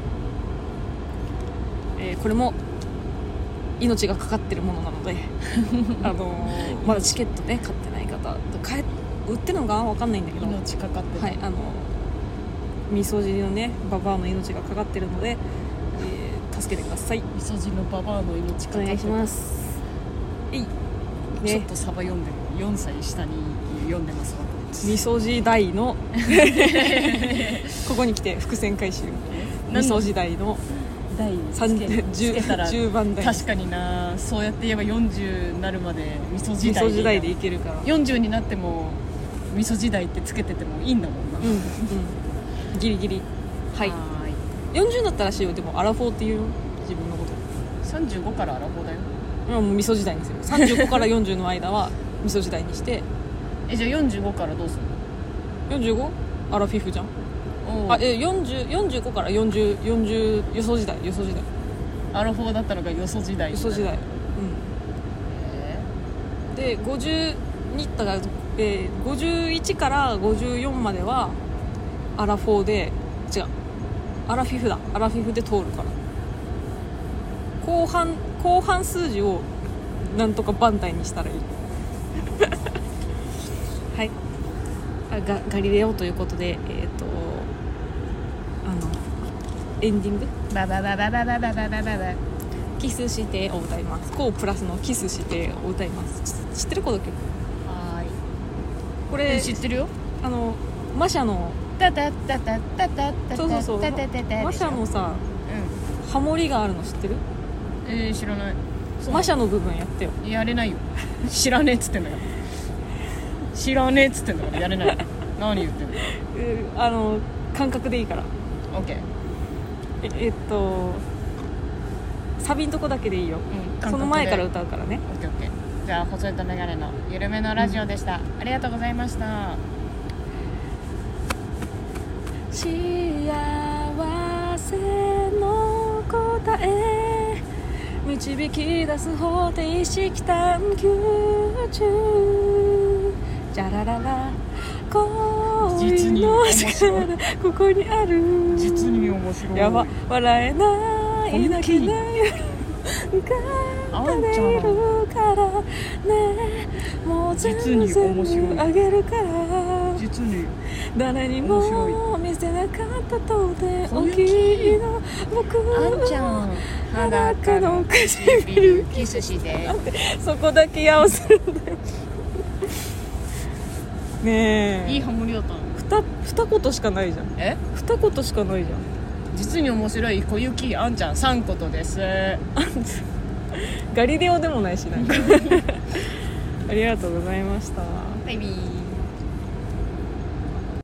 B: えーこれも命がかかってるものな のであのーまだチケットね買ってない方と買え売ってるのかわかんないんだけど
A: 命かかってる、
B: はいあのみそ汁のねババアの命がかかってるので、えー助けてください
A: みそ汁のババアの命かかっ
B: お
A: て
B: 願い
A: る
B: しますえい
A: ちょ
B: ね
A: っとサバ読んでる4歳下に読んでますわ
B: みそ時代 のここに来て伏線回収みそ時代の
A: 第
B: 30 10 10番台
A: 確かになそうやって言えば40なるまで味噌時
B: み
A: 代
B: そ時代でいけるから
A: 40になっても味噌時代ってつけててもいいんだもんな、
B: うんうんギリギリはい
A: はーい
B: 40になったらしいよでもアラフォーって言うよ自分のこと
A: 35からアラフォーだよ
B: うんもう味噌時代にする35から40の間 は味噌時代にして
A: えじゃあ45からどうする
B: 45? アラフィフじゃん
A: の
B: あえ40 45から4040予想時代予想時代
A: アラフォーだったのがよそ時代
B: 予想時代うんで50に行ったら、えー、51から54まではアラフォーで違うアラフィフだアラフィフで通るから後半後半数字をなんとか番台にしたらいい はいあガガリレオということでえっ、とあのエンディング
C: バババババババババババ
B: キスしてを歌います。こうプラスのキスしてを歌います。ち知ってるこの曲？
C: はーい
B: こ
A: え
B: れ
A: 知ってるよ
B: あのマシャの
C: タタタタタタタ
B: そうそうそう
C: タタタタ
B: マシャのさハモリがあるの知ってる？
A: えー、知らないそう
B: マシャの部分やってよ。
A: やれないよ知らねえっつってんだから知らねえっつってんだからやれない何言ってる
B: えあの感覚でいいから
A: OK、
B: ええっとサビんとこだけでいいよ
A: うん
B: その前から歌うからね
A: OKOK じゃあ細いとメガネのゆるめのラジオでした、ありがとうございました
B: 幸せの答え導き出す方程式探求中じゃららら
A: 実
B: 恋
A: に
B: の
A: 面白い
B: 力ここにある
A: 実に面白い
B: やば笑えない泣けない
A: あ
B: 歌っ
A: んちゃ
B: てい
A: ん
B: るからねもう全
A: 実に面白い
B: 部あげるから
A: 実に
B: 誰にも見せなかったとて
A: 小
B: お
A: 雪
B: きいの僕
A: あんちゃん
B: 裸
A: 裸
B: の
A: の
B: 唇
A: 唇キスして
B: そこだけやをするんだよねえ
A: いいハモリだったの
B: ふた二言しかないじゃん
A: え
B: 二言しかないじゃ
A: 実に面白い小雪あんちゃん3ことです
B: んガリレオでもないしなんかありがとうございました
A: バイビー